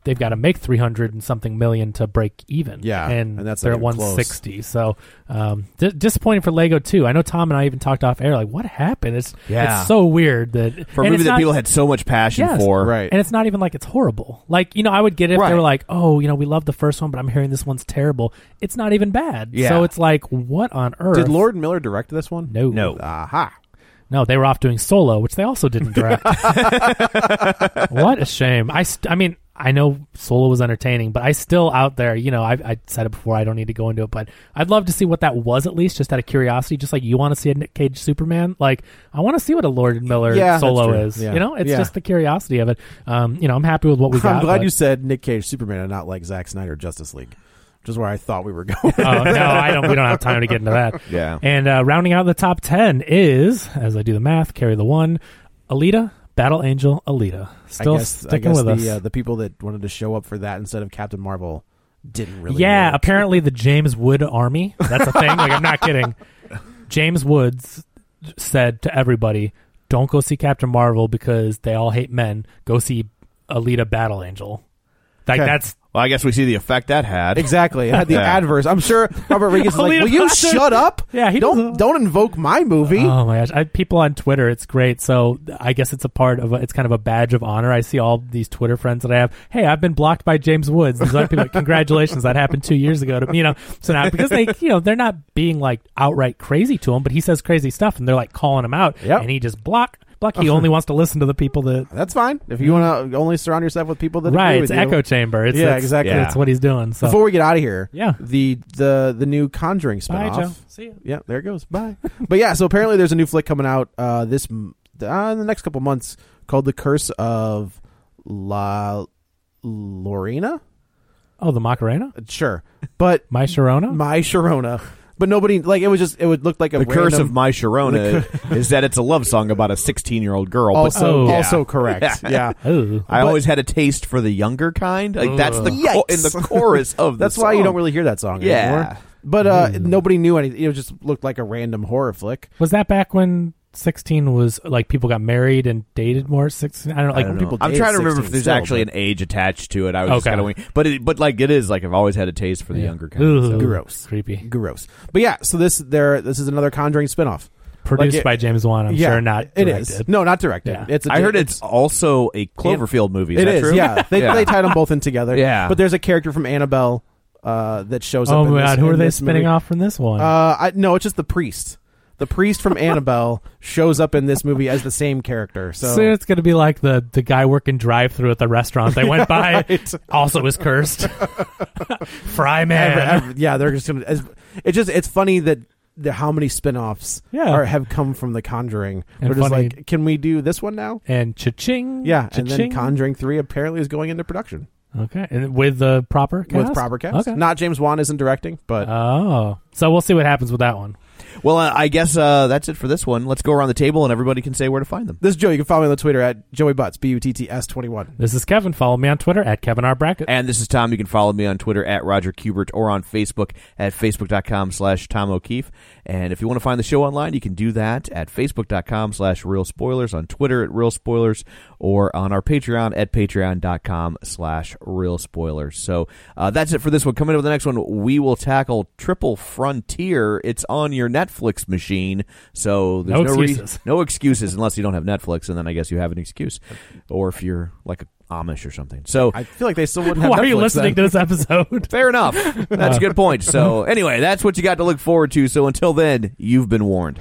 Speaker 6: they've got to make 300 and something million to break even.
Speaker 7: Yeah,
Speaker 6: and,
Speaker 7: and that's
Speaker 6: they're
Speaker 7: not
Speaker 6: at
Speaker 7: even close.
Speaker 6: 160. So um, di- disappointing for Lego too. I know Tom and I even talked off air like what happened. It's
Speaker 5: Yeah.
Speaker 6: it's so weird that
Speaker 5: for a
Speaker 6: and
Speaker 5: movie
Speaker 6: it's
Speaker 5: that
Speaker 6: not-
Speaker 5: people had so much passion
Speaker 6: Yes.
Speaker 5: for.
Speaker 7: Right.
Speaker 6: and it's not even like it's horrible. Like, you know, I would get it if
Speaker 5: Right.
Speaker 6: they were like, oh, you know, we love the first one, but I'm hearing this one's terrible. It's not even bad.
Speaker 5: Yeah.
Speaker 6: So it's like, what on earth?
Speaker 7: Did Lord Miller direct this one?
Speaker 6: No.
Speaker 5: No.
Speaker 7: Aha.
Speaker 6: No, they were off doing solo, which they also didn't direct. what a shame. I, st- I mean, I know solo was entertaining, but I still out there, you know, I, I said it before, I don't need to go into it, but I'd love to see what that was at least, just out of curiosity, just like you want to see a Nick Cage Superman. Like, I want to see what a Lord Miller
Speaker 7: Yeah, that's
Speaker 6: solo
Speaker 7: true.
Speaker 6: is.
Speaker 7: Yeah.
Speaker 6: You know, it's
Speaker 7: Yeah.
Speaker 6: just the curiosity of it. Um, you know, I'm happy with what we got.
Speaker 7: I'm glad
Speaker 6: but-
Speaker 7: you said Nick Cage Superman and not like Zack Snyder Justice League, which is where I thought we were going.
Speaker 6: oh no, I don't. We don't have time to get into that.
Speaker 5: Yeah.
Speaker 6: And uh, rounding out the top ten is, as I do the math, carry the one, Alita, Battle Angel, Alita. Still
Speaker 7: I guess, I
Speaker 6: sticking
Speaker 7: guess
Speaker 6: with us.
Speaker 7: the, Uh, the people that wanted to show up for that instead of Captain Marvel didn't really.
Speaker 6: yeah,
Speaker 7: work.
Speaker 6: apparently the James Wood Army. That's a thing. like I'm not kidding. James Woods said to everybody, "Don't go see Captain Marvel because they all hate men. Go see Alita, Battle Angel." Like
Speaker 7: Okay.
Speaker 6: that's
Speaker 5: Well, I guess we see the effect that had.
Speaker 7: Exactly. It had the
Speaker 5: Yeah.
Speaker 7: adverse. I'm sure Robert Rodriguez is like,
Speaker 6: Alita
Speaker 7: "Will you
Speaker 6: Blaster."
Speaker 7: shut up?
Speaker 6: Yeah, he
Speaker 7: don't
Speaker 6: doesn't-
Speaker 7: don't invoke my movie."
Speaker 6: Oh my gosh! I, people on Twitter, it's great. So I guess it's a part of a, it's kind of a badge of honor. I see all these Twitter friends that I have. Hey, I've been blocked by James Woods. These other people, congratulations, that happened two years ago. To you know, so now because they you know they're not being like outright crazy to him, but he says crazy stuff, and they're like calling him out,
Speaker 7: Yep.
Speaker 6: and he just block block. He only wants to listen to the people that.
Speaker 7: That's fine. If you want to only surround yourself with people that
Speaker 6: Right,
Speaker 7: agree
Speaker 6: it's
Speaker 7: with you.
Speaker 6: echo chamber. It's,
Speaker 7: Yeah,
Speaker 6: it's-
Speaker 7: exactly.
Speaker 6: That's what he's doing. So
Speaker 7: Before we get out of here,
Speaker 6: Yeah.
Speaker 7: the the the new Conjuring
Speaker 6: bye,
Speaker 7: spinoff.
Speaker 6: Joe. See you.
Speaker 7: Yeah, there it goes. Bye. but yeah, so apparently there's a new flick coming out uh, this m- uh, in the next couple months called The Curse of La Lorena.
Speaker 6: Oh, the Macarena,
Speaker 7: Sure, but
Speaker 6: my Sharona.
Speaker 7: my Sharona. But nobody like it was just it would look like a
Speaker 5: The curse
Speaker 7: random-
Speaker 5: of My Sharona is that it's a love song about a 16 year old girl. but
Speaker 7: also
Speaker 6: Oh.
Speaker 5: yeah.
Speaker 7: also correct. Yeah.
Speaker 6: Oh.
Speaker 5: I always had a taste for the younger kind. Like that's the cho- in the chorus of the
Speaker 7: That's why you
Speaker 5: song.
Speaker 7: don't really hear that song
Speaker 5: Yeah. Hmm.
Speaker 7: anymore. But uh, nobody knew anything. It just looked like a random horror flick.
Speaker 6: Was that back when 16 was like people got married and dated more? at 16? I don't know. Like
Speaker 7: don't know.
Speaker 6: people.
Speaker 7: Well,
Speaker 5: I'm
Speaker 7: it's
Speaker 5: trying to remember
Speaker 7: 16
Speaker 5: if there's
Speaker 7: still,
Speaker 5: actually an
Speaker 7: but-
Speaker 5: age attached to it. I was just
Speaker 6: Okay.
Speaker 5: kind of, wing- but it, but like it is like I've always had a taste for the younger kind.
Speaker 6: Ugh,
Speaker 5: so.
Speaker 7: Gross.
Speaker 6: Creepy.
Speaker 7: Gross. But yeah, so this there this is another Conjuring spinoff.
Speaker 6: Produced
Speaker 7: Like it-
Speaker 6: by James Wan. I'm
Speaker 7: yeah,
Speaker 6: sure not.
Speaker 7: It
Speaker 6: directed.
Speaker 7: is no, not directed.
Speaker 6: Yeah.
Speaker 7: It's a,
Speaker 5: I heard it's also a Cloverfield movie. Is
Speaker 7: It
Speaker 5: that
Speaker 7: is,
Speaker 5: true?
Speaker 7: yeah. They, they tied them both in together.
Speaker 5: Yeah.
Speaker 7: But there's a character from Annabelle uh, that shows
Speaker 6: Oh
Speaker 7: up. in
Speaker 6: my
Speaker 7: this-
Speaker 6: god, who
Speaker 7: in
Speaker 6: are they
Speaker 7: this
Speaker 6: spinning
Speaker 7: movie.
Speaker 6: off from this one?
Speaker 7: Uh, I, no, it's just the priest. The priest from Annabelle shows up in this movie as the same character. So,
Speaker 6: so it's gonna be like the the guy working drive through at the restaurant they went by also was cursed. Fry man.
Speaker 7: Every- every- yeah, they're just gonna. as- It's just it's funny that the, how many spin-offs
Speaker 6: Yeah.
Speaker 7: are, have come from The Conjuring.
Speaker 6: And
Speaker 7: We're just
Speaker 6: funny-
Speaker 7: like, can we do this one now?
Speaker 6: and cha-ching.
Speaker 7: Yeah, and then
Speaker 6: cha-ching.
Speaker 7: Conjuring Three apparently is going into production
Speaker 6: Okay, and with the proper cast?
Speaker 7: with proper cast.
Speaker 6: Okay.
Speaker 7: Not James Wan isn't directing, but
Speaker 6: oh, so we'll see what happens with that one.
Speaker 5: Well, uh, I guess uh, that's it for this one. Let's go around the table and everybody can say where to find them.
Speaker 7: this is Joe. You can follow me on Twitter at Joey Butts B U T T S twenty one.
Speaker 6: This is Kevin. Follow me on Twitter at Kevin R Brackett.
Speaker 5: And this is Tom. You can follow me on Twitter at Roger Kubert or on Facebook at facebook.com slash Tom O'Keefe. And if you want to find the show online, you can do that at facebook.com slash real spoilers, on Twitter at real spoilers, or on our Patreon at patreon.com slash real spoilers. So uh, that's it for this one. Coming up with the next one, we will tackle Triple Frontier. It's on your Netflix machine. So there's
Speaker 6: No
Speaker 5: no, re-
Speaker 6: excuses.
Speaker 5: no excuses unless you don't have Netflix, and then I guess you have an excuse. Or if you're like a Amish or something. So
Speaker 7: I feel like they still wouldn't. Have
Speaker 6: Why are you
Speaker 7: Netflix
Speaker 6: listening
Speaker 7: then.
Speaker 6: to this episode?
Speaker 5: Fair enough. That's a good point. So, anyway, that's what you got to look forward to. So, until then, you've been warned.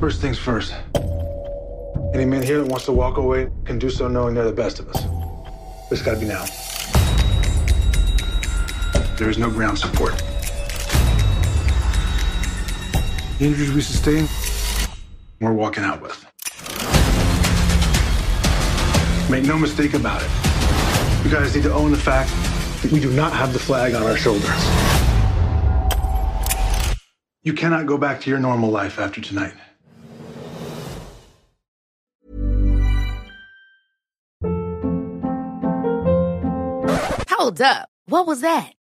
Speaker 4: First things first. Any man here that wants to walk away can do so knowing they're the best of us. But it's gotta be now. There is no ground support. The injuries we sustain, we're walking out with. Make no mistake about it. You guys need to own the fact that we do not have the flag on our shoulders. You cannot go back to your normal life after tonight.
Speaker 8: Hold up. What was that?